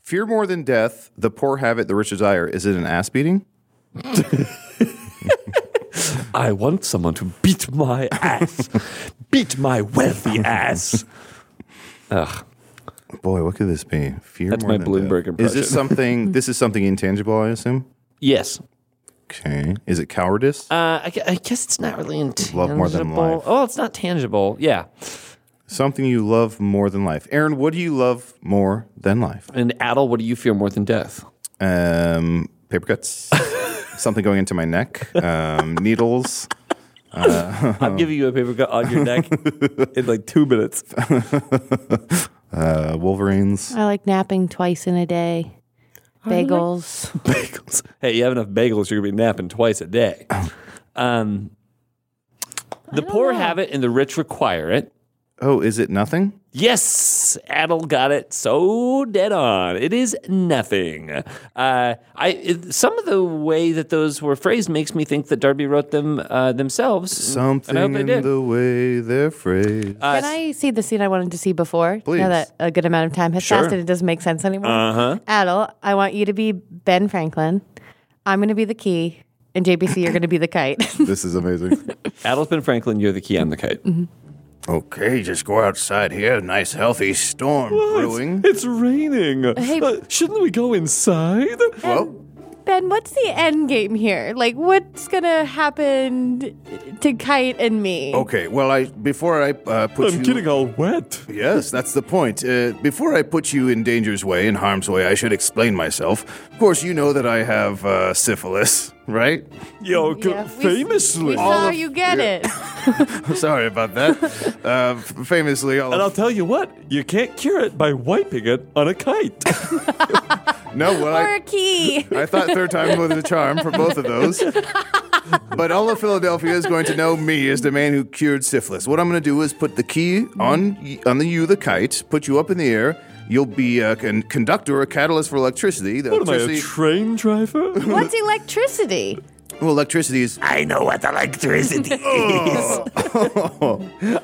[SPEAKER 2] Fear more than death, the poor have it, the rich desire. Is it an ass beating?
[SPEAKER 3] I want someone to beat my ass, beat my wealthy ass.
[SPEAKER 2] Boy, what could this be? Fear
[SPEAKER 3] That's
[SPEAKER 2] more
[SPEAKER 3] my
[SPEAKER 2] than death.
[SPEAKER 3] Bloomberg
[SPEAKER 2] Is
[SPEAKER 3] impression.
[SPEAKER 2] this something, this is something intangible, I assume?
[SPEAKER 3] Yes,
[SPEAKER 2] Okay. Is it cowardice?
[SPEAKER 3] uh, I, gu- I guess it's not really intangible.
[SPEAKER 2] Love more than life.
[SPEAKER 3] Oh, it's not tangible. Yeah,
[SPEAKER 2] something you love more than life. Aaron, what do you love more than life?
[SPEAKER 3] and Adel, what do you fear more than death?
[SPEAKER 2] Um, paper cuts. something going into my neck. Um, needles.
[SPEAKER 3] I'm giving you a paper cut on your neck in like two minutes.
[SPEAKER 2] Uh, Wolverines.
[SPEAKER 4] I like napping twice in a day. Bagels.
[SPEAKER 3] bagels. Hey, you have enough bagels, you're gonna be napping twice a day. Um, the poor have it and the rich require it.
[SPEAKER 2] Oh, is it nothing?
[SPEAKER 3] Yes, Adel got it so dead on. It is nothing. Uh, I it, some of the way that those were phrased makes me think that Darby wrote them uh, themselves.
[SPEAKER 2] Something
[SPEAKER 3] and I hope they
[SPEAKER 2] in
[SPEAKER 3] did.
[SPEAKER 2] the way they're phrased.
[SPEAKER 3] Uh,
[SPEAKER 4] Can I see the scene I wanted to see before?
[SPEAKER 2] Please.
[SPEAKER 4] Now that a good amount of time has
[SPEAKER 3] Sure.
[SPEAKER 4] passed and it doesn't make sense anymore. Uh-huh. Adel, I want you to be Ben Franklin. I'm going to be the key. And JBC, you're going to be the kite.
[SPEAKER 2] this is amazing.
[SPEAKER 3] Adel's been Franklin. You're the key. I'm the kite.
[SPEAKER 4] Mm-hmm.
[SPEAKER 2] okay, just go outside here. Nice, healthy storm brewing.
[SPEAKER 3] It's raining. Uh, shouldn't we go inside?
[SPEAKER 2] Well,
[SPEAKER 4] ben, what's the end game here? Like, what's going to happen to kite and me?
[SPEAKER 2] okay. Well, I before I uh, put you.
[SPEAKER 3] all wet.
[SPEAKER 2] Yes, that's the point. Uh, before I put you in danger's way and harm's way, I should explain myself. Of course, you know that I have uh, syphilis, right?
[SPEAKER 3] Yo,
[SPEAKER 4] Yeah, we- We saw you get it.
[SPEAKER 2] Sorry about that. Uh, f- famously, all
[SPEAKER 3] And I'll
[SPEAKER 2] of,
[SPEAKER 3] tell you what, you can't cure it by wiping it on a kite.
[SPEAKER 2] no, well,
[SPEAKER 5] Or
[SPEAKER 2] I,
[SPEAKER 5] a key.
[SPEAKER 2] I thought third time was a charm for both of those. But all of Philadelphia is going to know me as the man who cured syphilis. What I'm going to do is put the key on y- on the you, the kite, put you up in the air. You'll be a con- conductor, a catalyst for electricity. The
[SPEAKER 3] What am I, a
[SPEAKER 2] electricity-
[SPEAKER 3] train driver?
[SPEAKER 4] What's electricity?
[SPEAKER 2] well, electricity is
[SPEAKER 6] I know what electricity is.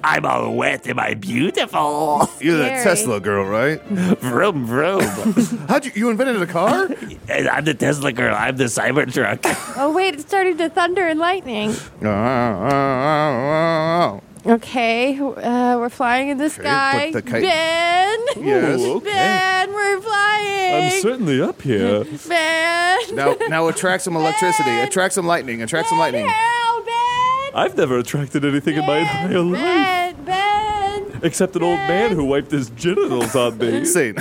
[SPEAKER 6] I'm all wet. Am I beautiful?
[SPEAKER 2] you're the
[SPEAKER 4] Scary.
[SPEAKER 2] Tesla girl, right?
[SPEAKER 6] Vroom, vroom.
[SPEAKER 2] How'd you you invented a car?
[SPEAKER 6] And I'm the Tesla girl. I'm the Cybertruck.
[SPEAKER 5] Oh, wait, it started to thunder and lightning.
[SPEAKER 4] Okay, uh, we're flying in the sky.
[SPEAKER 2] the kite-
[SPEAKER 4] Ben,
[SPEAKER 2] Yes. Ooh,
[SPEAKER 4] Ben, we're flying.
[SPEAKER 3] certainly up here.
[SPEAKER 4] ben,
[SPEAKER 2] now now attract some electricity, attract some lightning, attract some lightning.
[SPEAKER 4] help, Ben,
[SPEAKER 3] I've never attracted anything in my entire life
[SPEAKER 4] Ben, Ben.
[SPEAKER 3] except an old man who wiped his genitals on me.
[SPEAKER 2] Insane.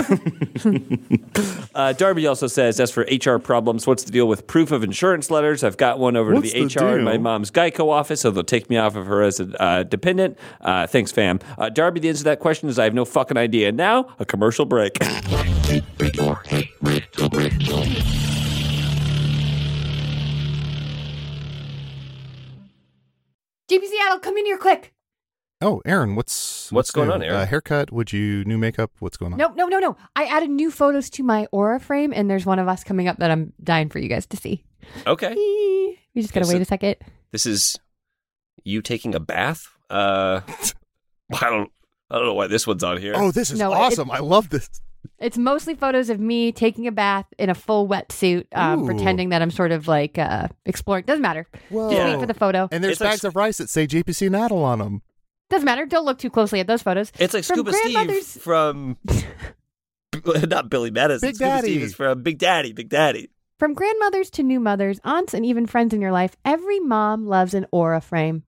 [SPEAKER 3] Uh, Darby also says, as for HR problems, what's the deal with proof of insurance letters? I've got one over
[SPEAKER 2] What's
[SPEAKER 3] to the,
[SPEAKER 2] the
[SPEAKER 3] HR in my
[SPEAKER 2] deal?
[SPEAKER 3] mom's Geico office, so they'll take me off of her as a uh, dependent. Uh, thanks, fam. Uh, Darby, the answer to that question is I have no fucking idea. Now, a commercial break.
[SPEAKER 5] JP Seattle, come in here quick.
[SPEAKER 2] Oh, Aaron, what's
[SPEAKER 3] What's going
[SPEAKER 2] new?
[SPEAKER 3] on, Aaron?
[SPEAKER 2] Uh, haircut? Would you new makeup? What's going on?
[SPEAKER 4] No, no, no, no. I added new photos to my aura frame, and there's one of us coming up that I'm dying for you guys to see.
[SPEAKER 7] Okay.
[SPEAKER 4] We just gotta
[SPEAKER 7] Okay, so-
[SPEAKER 4] wait a second.
[SPEAKER 7] This is you taking a bath? Uh I don't I don't know why this one's on here.
[SPEAKER 2] Oh, this is
[SPEAKER 4] No, it-
[SPEAKER 2] awesome! I love this.
[SPEAKER 4] It's mostly photos of me taking a bath in a full wetsuit, um,
[SPEAKER 2] Ooh.
[SPEAKER 4] pretending that I'm sort of like uh, exploring. Doesn't matter.
[SPEAKER 2] Whoa!
[SPEAKER 4] Just wait for the photo.
[SPEAKER 2] And there's
[SPEAKER 7] It's like-
[SPEAKER 2] bags of rice that say JPC Natal on them.
[SPEAKER 4] Doesn't matter. Don't look too closely at those photos.
[SPEAKER 7] It's like
[SPEAKER 4] From
[SPEAKER 7] Scuba
[SPEAKER 4] grandmother's-
[SPEAKER 7] Steve from not Billy Madison.
[SPEAKER 2] Big
[SPEAKER 7] Scuba Steve
[SPEAKER 2] Daddy.
[SPEAKER 7] is from Big Daddy, Big Daddy.
[SPEAKER 4] From grandmothers to new mothers, aunts, and even friends in your life, every mom loves an aura frame.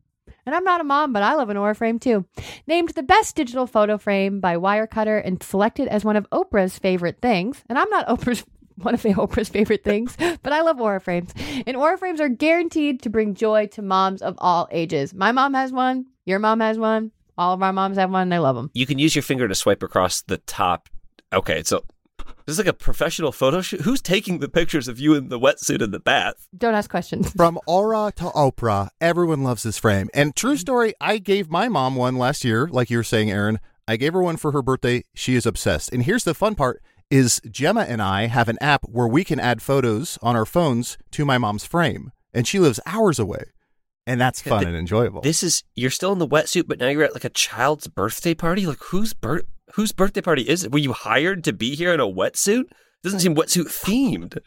[SPEAKER 4] And I'm not a mom, but I love an aura frame too. Named the best digital photo frame by Wirecutter and selected as one of Oprah's favorite things. And I'm not Oprah's one of Oprah's favorite things, but I love aura frames. And aura frames are guaranteed to bring joy to moms of all ages. My mom has one, your mom has one, all of our moms have one, and I love them.
[SPEAKER 7] You can use your finger to swipe across the top. Okay, so this is like a professional photo shoot. Who's taking the pictures of you in the wetsuit in the bath?
[SPEAKER 4] Don't ask questions.
[SPEAKER 2] From aura to Oprah, everyone loves this frame. And true
[SPEAKER 4] Mm-hmm.
[SPEAKER 2] story, I gave my mom one last year, like you were saying, Aaron. I gave her one for her birthday. She is obsessed. And here's the fun part is Gemma and I have an app where we can add photos on our phones to my mom's frame. And she lives hours away. And that's fun and enjoyable.
[SPEAKER 7] This is you're still in the wetsuit, but now you're at like a child's birthday party. Like whose bir- whose birthday party is it? Were you hired to be here in a wetsuit? Doesn't seem wetsuit themed.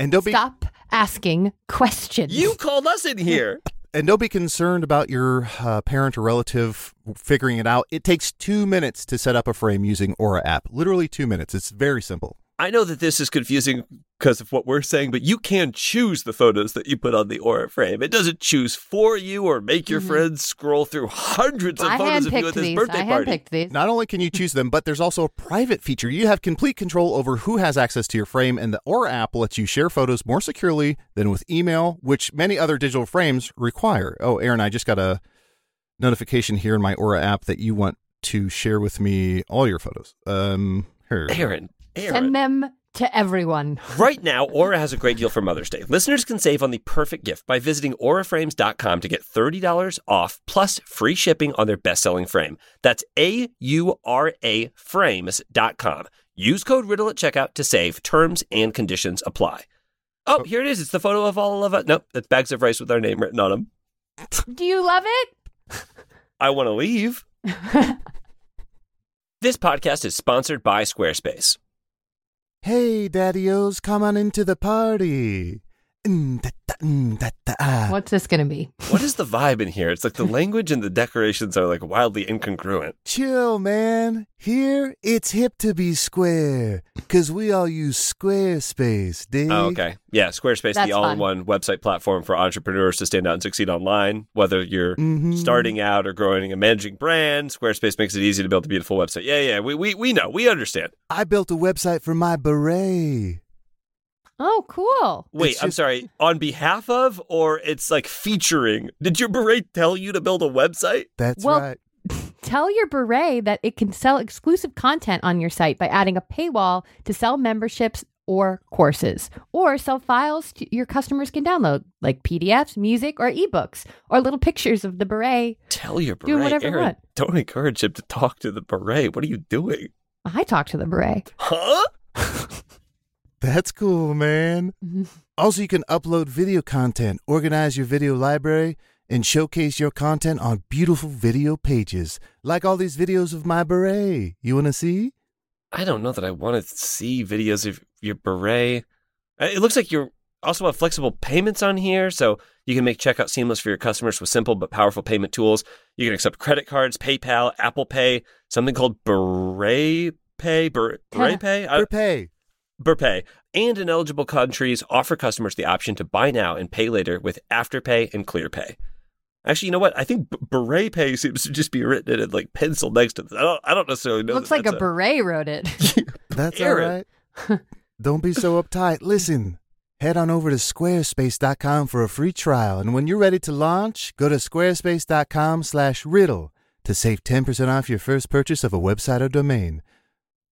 [SPEAKER 2] and don't be
[SPEAKER 4] Stop asking questions.
[SPEAKER 7] You called us in here.
[SPEAKER 2] and don't be concerned about your uh, parent or relative figuring it out. It takes 2 minutes to set up a frame using Aura app. Literally 2 minutes. It's very simple.
[SPEAKER 7] I know that this is confusing because of what we're saying, but you can choose the photos that you put on the aura frame. It doesn't choose for you or make your friends scroll through hundreds of
[SPEAKER 4] Mm-hmm. I
[SPEAKER 7] photos of you
[SPEAKER 4] handpicked
[SPEAKER 7] at this
[SPEAKER 4] these. I
[SPEAKER 7] birthday party.
[SPEAKER 4] handpicked these.
[SPEAKER 2] Not only can you choose them, but there's also a private feature. You have complete control over who has access to your frame, and the Aura app lets you share photos more securely than with email, which many other digital frames require. Oh, Aaron, I just got a notification here in my Aura app that you want to share with me all your photos. Um, here.
[SPEAKER 7] Aaron, Aaron,
[SPEAKER 4] Send them to everyone.
[SPEAKER 7] Right now, Aura has a great deal for Mother's Day. Listeners can save on the perfect gift by visiting auraframes.com to get $30 off plus free shipping on their best-selling frame. That's a u r a frames.com. Use code riddle at checkout to save. Terms and conditions apply. Oh, here it is. It's the photo of all of us. Nope, that's bags of rice with our name written on them.
[SPEAKER 4] Do you love it?
[SPEAKER 7] I want to leave. this podcast is sponsored by Squarespace.
[SPEAKER 2] Hey, daddy-os, come on into the party. Mm, da, da, mm, da, da, ah.
[SPEAKER 4] What's this going to be?
[SPEAKER 7] What is the vibe in here? It's like the language and the decorations are like wildly incongruent.
[SPEAKER 2] Chill, man. Here, it's hip to be square, because we all use Squarespace, dig?
[SPEAKER 7] Oh, okay. Yeah, Squarespace,
[SPEAKER 4] That's
[SPEAKER 7] the all-in-one website platform for entrepreneurs to stand out and succeed online. Whether you're
[SPEAKER 2] Mhm.
[SPEAKER 7] starting out or growing a managing brand, Squarespace makes it easy to build a beautiful website. Yeah, yeah, we we, we know, we understand.
[SPEAKER 2] I built a website for my beret.
[SPEAKER 4] Oh, cool.
[SPEAKER 7] Wait,
[SPEAKER 2] It's
[SPEAKER 7] I'm
[SPEAKER 2] just-
[SPEAKER 7] sorry. On behalf of, or it's like featuring. Did your beret tell you to build a website?
[SPEAKER 2] That's
[SPEAKER 4] Well-
[SPEAKER 2] right.
[SPEAKER 4] Tell your beret that it can sell exclusive content on your site by adding a paywall to sell memberships or courses, or sell files to your customers can download, like PDFs, music, or ebooks, or little pictures of the beret.
[SPEAKER 7] Tell your
[SPEAKER 4] Do
[SPEAKER 7] beret,
[SPEAKER 4] whatever you
[SPEAKER 7] Aaron,
[SPEAKER 4] want.
[SPEAKER 7] Don't encourage him to talk to the beret. What are you doing?
[SPEAKER 4] I talk to the beret.
[SPEAKER 7] Huh?
[SPEAKER 2] That's cool, man. Also, you can upload video content, organize your video library, and showcase your content on beautiful video pages, like all these videos of my beret. You want to see?
[SPEAKER 7] I don't know that I want to see videos of your beret. Uh, It looks like you also have flexible payments on here, so you can make checkout seamless for your customers with simple but powerful payment tools. You can accept credit cards, PayPal, Apple Pay, something called Beret Pay, Ber- Beret Pay, I-
[SPEAKER 2] Pay.
[SPEAKER 7] Burpay, and in eligible countries, offer customers the option to buy now and pay later with Afterpay and ClearPay. Actually, you know what? I think B- Beret Pay seems to just be written in like pencil next to this. I don't, I don't necessarily know.
[SPEAKER 4] Looks
[SPEAKER 7] that
[SPEAKER 4] like a
[SPEAKER 7] that's
[SPEAKER 4] beret wrote it.
[SPEAKER 2] That's
[SPEAKER 7] Aaron.
[SPEAKER 2] all right.
[SPEAKER 8] Don't be so uptight. Listen, head on over to squarespace.com for a free trial, and when you're ready to launch, go to squarespace.com/riddle to save 10% off your first purchase of a website or domain.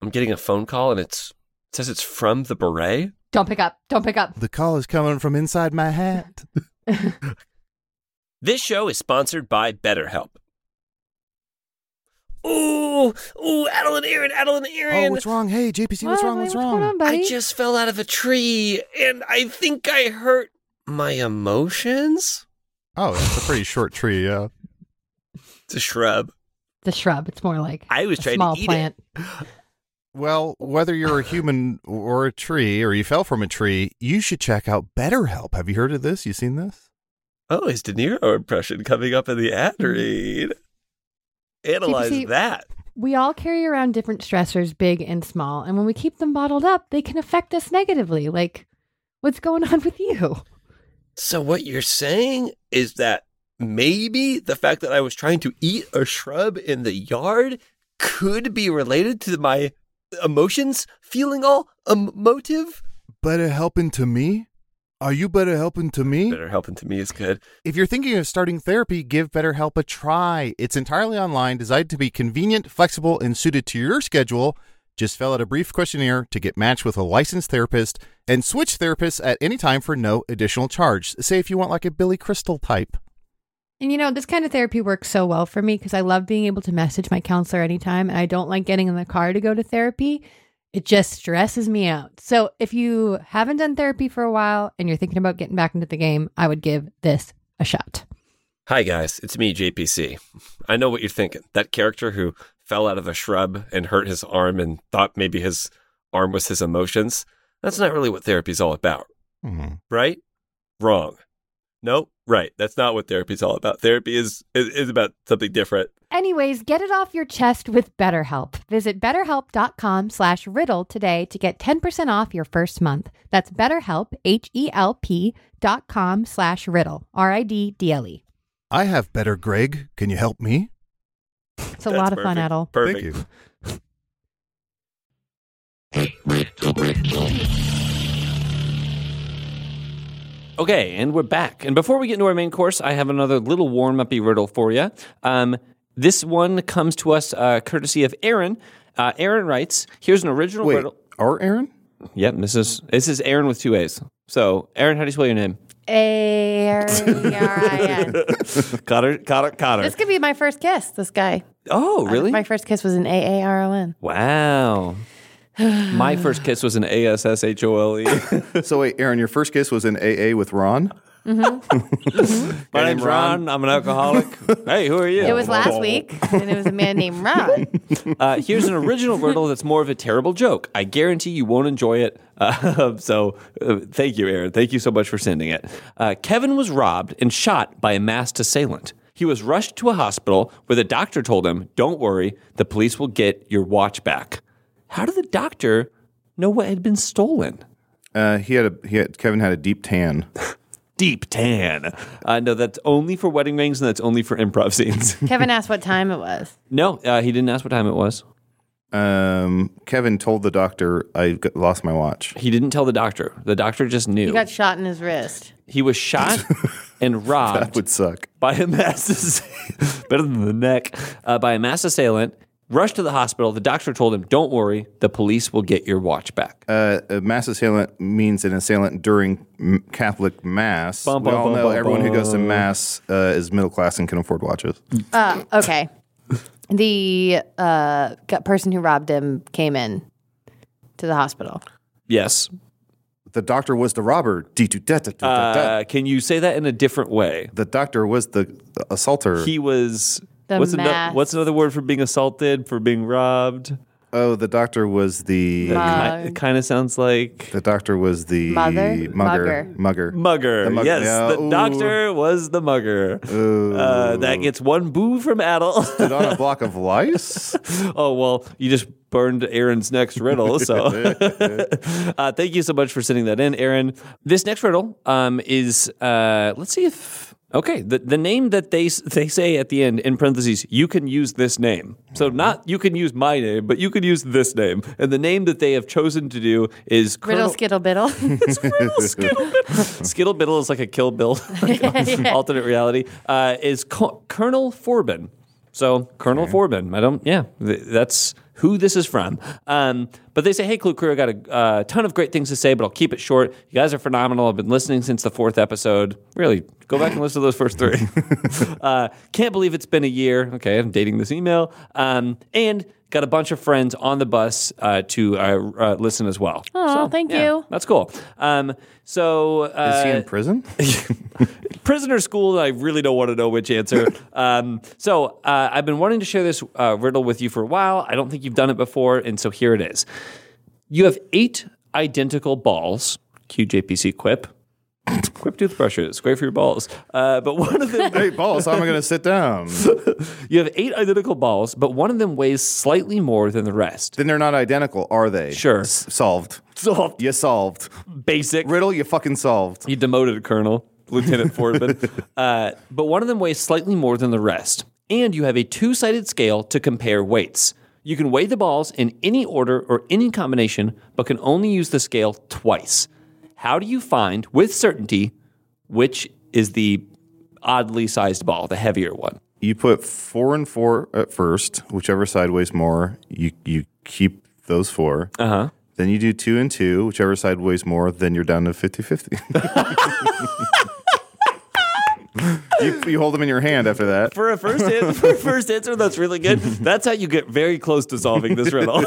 [SPEAKER 7] I'm getting a phone call and it's it says it's from the beret.
[SPEAKER 4] Don't pick up. Don't pick up.
[SPEAKER 8] The call is coming from inside my hat.
[SPEAKER 7] This show is sponsored by BetterHelp. Ooh, ooh, Adeline Aaron, Adeline Aaron.
[SPEAKER 8] oh, what's wrong? Hey, JPC, what's wrong? What's wrong?
[SPEAKER 7] I just fell out of a tree and I think I hurt my emotions.
[SPEAKER 2] Oh, it's a pretty short tree, yeah.
[SPEAKER 7] It's a shrub.
[SPEAKER 4] the shrub. It's more like
[SPEAKER 7] I was
[SPEAKER 4] a
[SPEAKER 7] trying to
[SPEAKER 4] small
[SPEAKER 7] eat it.
[SPEAKER 4] plant.
[SPEAKER 2] Well,
[SPEAKER 8] Whether you're a human or a tree, or you fell from a tree, you should check out BetterHelp. Have you heard of this? You seen this?
[SPEAKER 7] Oh, his De Niro impression coming up in the ad read. Analyze
[SPEAKER 4] Mm-hmm. See, see-
[SPEAKER 7] that.
[SPEAKER 4] We all carry around different stressors, big and small, and when we keep them bottled up, they can affect us negatively. Like, what's going on with you?
[SPEAKER 7] So what you're saying is that maybe the fact that I was trying to eat a shrub in the yard could be related to my emotions feeling all emotive.
[SPEAKER 8] Better helping to me? Are you better helping to me?
[SPEAKER 7] Better helping to me is good.
[SPEAKER 8] If you're thinking of starting therapy, give BetterHelp a try. It's entirely online, designed to be convenient, flexible, and suited to your schedule. Just fill out a brief questionnaire to get matched with a licensed therapist and switch therapists at any time for no additional charge. Say if you want like a Billy Crystal type.
[SPEAKER 4] And you know, this kind of therapy works so well for me because I love being able to message my counselor anytime and I don't like getting in the car to go to therapy. It just stresses me out. So if you haven't done therapy for a while and you're thinking about getting back into the game, I would give this a shot.
[SPEAKER 7] Hi guys, it's me JPC. I know what you're thinking. That character who fell out of a shrub and hurt his arm and thought maybe his arm was his emotions. That's not really what therapy's all about.
[SPEAKER 8] Hmm.
[SPEAKER 7] right? Wrong. Nope. Right. That's not what therapy's all about. Therapy is, is is about something different.
[SPEAKER 4] Anyways, get it off your chest with BetterHelp. Visit betterhelp.com slash riddle today to get 10% off your first month. That's betterhelp, H-E-L-P dot com slash riddle, R-I-D-D-L-E.
[SPEAKER 8] I have better, Greg. Can you help me?
[SPEAKER 4] It's a lot of fun, Adel.
[SPEAKER 7] Perfect.
[SPEAKER 8] Thank you.
[SPEAKER 3] Okay, and we're back. And before we get into our main course, I have another little warm uppy riddle for you. Um, this one comes to us uh, courtesy of Aaron. Uh, Aaron writes, "Here's an original
[SPEAKER 2] Wait,
[SPEAKER 3] riddle."
[SPEAKER 2] our Aaron?
[SPEAKER 3] Yep, this is this is Aaron with two A's. So, Aaron, how do you spell your name?
[SPEAKER 4] E A-R-E-R-I-N.
[SPEAKER 3] Cotter, Cotter, Cotter.
[SPEAKER 4] this could be my first kiss, this guy.
[SPEAKER 3] Oh, really?
[SPEAKER 4] My first kiss was an A-A-R-O-N.
[SPEAKER 3] wow. My first kiss was an A S S H O L E.
[SPEAKER 2] So wait, Aaron, your first kiss was in AA with Ron?
[SPEAKER 3] My name's Ron. I'm an alcoholic. hey, who are you?
[SPEAKER 4] It was last week, and it was a man named Ron.
[SPEAKER 3] Uh, here's an original riddle that's more of a terrible joke. I guarantee you won't enjoy it. Uh, so uh, thank you, Aaron. Thank you so much for sending it. Uh, Kevin was robbed and shot by a masked assailant. He was rushed to a hospital where the doctor told him, Don't worry, the police will get your watch back. How did the doctor know what had been stolen?
[SPEAKER 2] Uh, he had a he had Kevin had a deep tan.
[SPEAKER 3] Deep tan. Uh, no, that's only for wedding rings and that's only for improv scenes.
[SPEAKER 4] Kevin asked what time it was.
[SPEAKER 3] no, uh, he didn't ask what time it was.
[SPEAKER 2] Um, Kevin told the doctor I got, lost my watch.
[SPEAKER 3] He didn't tell the doctor. The doctor just knew.
[SPEAKER 4] He got shot in his wrist.
[SPEAKER 3] He was shot and
[SPEAKER 2] That
[SPEAKER 3] robbed
[SPEAKER 2] would suck.
[SPEAKER 3] by a mass assailant, better than the neck, uh, by a mass assailant. Rushed to the hospital. The doctor told him, "Don't worry, the police will get your watch back."
[SPEAKER 2] Uh, a mass assailant means an assailant during m- Catholic mass.
[SPEAKER 3] Bum,
[SPEAKER 2] we
[SPEAKER 3] bum,
[SPEAKER 2] all
[SPEAKER 3] bum,
[SPEAKER 2] know
[SPEAKER 3] bum,
[SPEAKER 2] everyone who goes to
[SPEAKER 3] bum.
[SPEAKER 2] mass uh, is middle class and can afford watches.
[SPEAKER 4] Uh, okay. The uh, g- person who robbed him came in to the hospital.
[SPEAKER 3] yes.
[SPEAKER 2] The doctor was the robber. Dee doo da da da da da.
[SPEAKER 3] Uh, can you say that in a different way?
[SPEAKER 2] The doctor was the, the assaulter.
[SPEAKER 3] He was.
[SPEAKER 4] The
[SPEAKER 3] what's, ano-
[SPEAKER 4] mass-
[SPEAKER 3] what's another word for being assaulted? For being robbed?
[SPEAKER 2] oh, the doctor was the.
[SPEAKER 3] Ki- it kind of sounds like
[SPEAKER 2] the doctor was the
[SPEAKER 4] Mother?
[SPEAKER 2] mugger.
[SPEAKER 4] Mugger.
[SPEAKER 2] Mugger.
[SPEAKER 3] mugger.
[SPEAKER 2] The mug-
[SPEAKER 3] yes,
[SPEAKER 2] yeah,
[SPEAKER 3] the
[SPEAKER 2] ooh.
[SPEAKER 3] doctor was the mugger. Uh, that gets one boo from Adel.
[SPEAKER 2] Stood on a block of lice.
[SPEAKER 3] Oh well, you just burned Aaron's next riddle. So, uh, thank you so much for sending that in, Aaron. This next riddle um, is uh, let's see if Okay, the, the name that they s- they say at the end in parentheses, you can use this name. So
[SPEAKER 2] Mm-hmm.
[SPEAKER 3] not you can use my name, but you can use this name. And the name that they have chosen to do is
[SPEAKER 4] Riddle,
[SPEAKER 3] Colonel-
[SPEAKER 4] skittle, biddle.
[SPEAKER 3] Skittle Biddle is like a Kill Bill alternate reality. Uh, is Co- Colonel Forbin? So Colonel Forbin. I don't. Yeah, th- that's who this is from. Um, but they say, "Hey, Clue Crew, I got a uh, ton of great things to say, but I'll keep it short. You guys are phenomenal. I've been listening since the fourth episode. Really, go back and listen to those first three. uh, can't believe it's been a year. Okay, I'm dating this email. Um, and." Got a bunch of friends on the bus uh, to uh, uh, listen as well.
[SPEAKER 4] Aw, thank you.
[SPEAKER 3] That's cool. Um, so uh,
[SPEAKER 2] Is he in prison?
[SPEAKER 3] prisoner school. I really don't want to know which answer. um, so uh, I've been wanting to share this uh, riddle with you for a while. I don't think you've done it before, and so here it is. You have eight identical balls. QJPC quip. Quip toothbrushes. It's great for your balls. Uh, but one of them
[SPEAKER 2] hey, balls, how am I going to sit down?
[SPEAKER 3] you have eight identical balls, but one of them weighs slightly more than the rest.
[SPEAKER 2] then they're not identical, are they?
[SPEAKER 3] Sure.
[SPEAKER 2] S- solved.
[SPEAKER 3] So
[SPEAKER 2] You solved.
[SPEAKER 3] basic.
[SPEAKER 2] Riddle, you fucking solved.
[SPEAKER 3] You demoted Colonel Lieutenant Forbin. Uh, but one of them weighs slightly more than the rest. And you have a two sided scale to compare weights. You can weigh the balls in any order or any combination, but can only use the scale twice. How do you find with certainty which is the oddly sized ball, the heavier one?
[SPEAKER 2] You put four and four at first, whichever side weighs more, you, you keep those four. Uh huh. Then you do two and two, whichever side weighs more, then you're down to 50 50. you, you hold them in your hand after that.
[SPEAKER 3] For a first answer, for a first answer, that's really good. That's how you get very close to solving this riddle.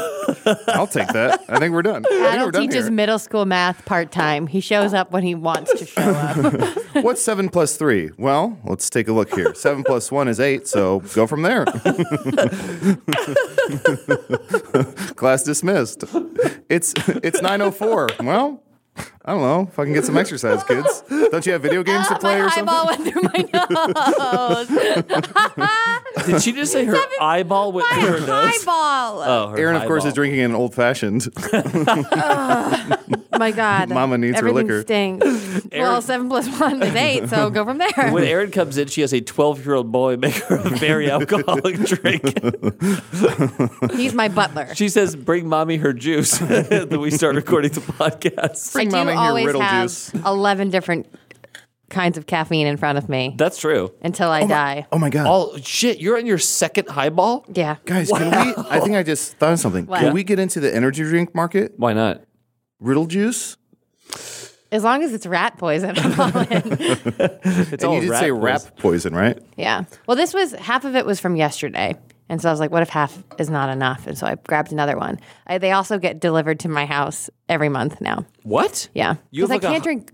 [SPEAKER 2] I'll take that. I think we're done. I think we're
[SPEAKER 4] Adult
[SPEAKER 2] done
[SPEAKER 4] teaches
[SPEAKER 2] here.
[SPEAKER 4] middle school math part time. He shows up when he wants to show up.
[SPEAKER 2] What's seven plus three? Well, let's take a look here. Seven plus one is eight, so go from there. Class dismissed. It's it's nine oh four. Well, I don't know. If I can get some exercise, kids. Don't you have video games to play
[SPEAKER 4] my
[SPEAKER 2] or something?
[SPEAKER 4] eyeball went through my nose.
[SPEAKER 3] Did she just say her eyeball went through her nose?
[SPEAKER 4] Eyeball.
[SPEAKER 3] Oh, her
[SPEAKER 2] Aaron, of course,
[SPEAKER 3] eyeball.
[SPEAKER 2] is drinking an old fashioned.
[SPEAKER 4] Oh My God.
[SPEAKER 2] Mama needs her
[SPEAKER 4] Everything
[SPEAKER 2] liquor.
[SPEAKER 4] stinks. well, seven plus one is eight, so go from there.
[SPEAKER 3] When Erin comes in, she has a 12 year old boy make her a very alcoholic drink.
[SPEAKER 4] He's my butler.
[SPEAKER 3] She says, Bring mommy her juice. then we start recording the podcast.
[SPEAKER 4] I
[SPEAKER 2] Bring
[SPEAKER 4] do
[SPEAKER 2] Mama here
[SPEAKER 4] always
[SPEAKER 2] riddle
[SPEAKER 4] have
[SPEAKER 2] juice.
[SPEAKER 4] eleven different kinds of caffeine in front of me
[SPEAKER 3] That's true.
[SPEAKER 4] until I die.
[SPEAKER 2] Oh my god.
[SPEAKER 3] Oh, shit. You're on your second highball?
[SPEAKER 4] Yeah.
[SPEAKER 2] Guys, can we? I think I just thought of something.
[SPEAKER 4] What?
[SPEAKER 2] Can we get into the energy drink market?
[SPEAKER 3] Why not?
[SPEAKER 2] Riddle juice?
[SPEAKER 4] As long as it's rat poison, I'm all in.
[SPEAKER 3] It's
[SPEAKER 2] and you did say
[SPEAKER 3] rap.
[SPEAKER 2] rap poison, right?
[SPEAKER 4] Yeah. Well, this was half of it was from yesterday. And so I was like, what if half is not enough? And so I grabbed another one. I, they also get delivered to my house every month now.
[SPEAKER 3] What?
[SPEAKER 4] Yeah.
[SPEAKER 3] You have
[SPEAKER 4] Because I
[SPEAKER 3] like a
[SPEAKER 4] can't
[SPEAKER 3] hot-
[SPEAKER 4] drink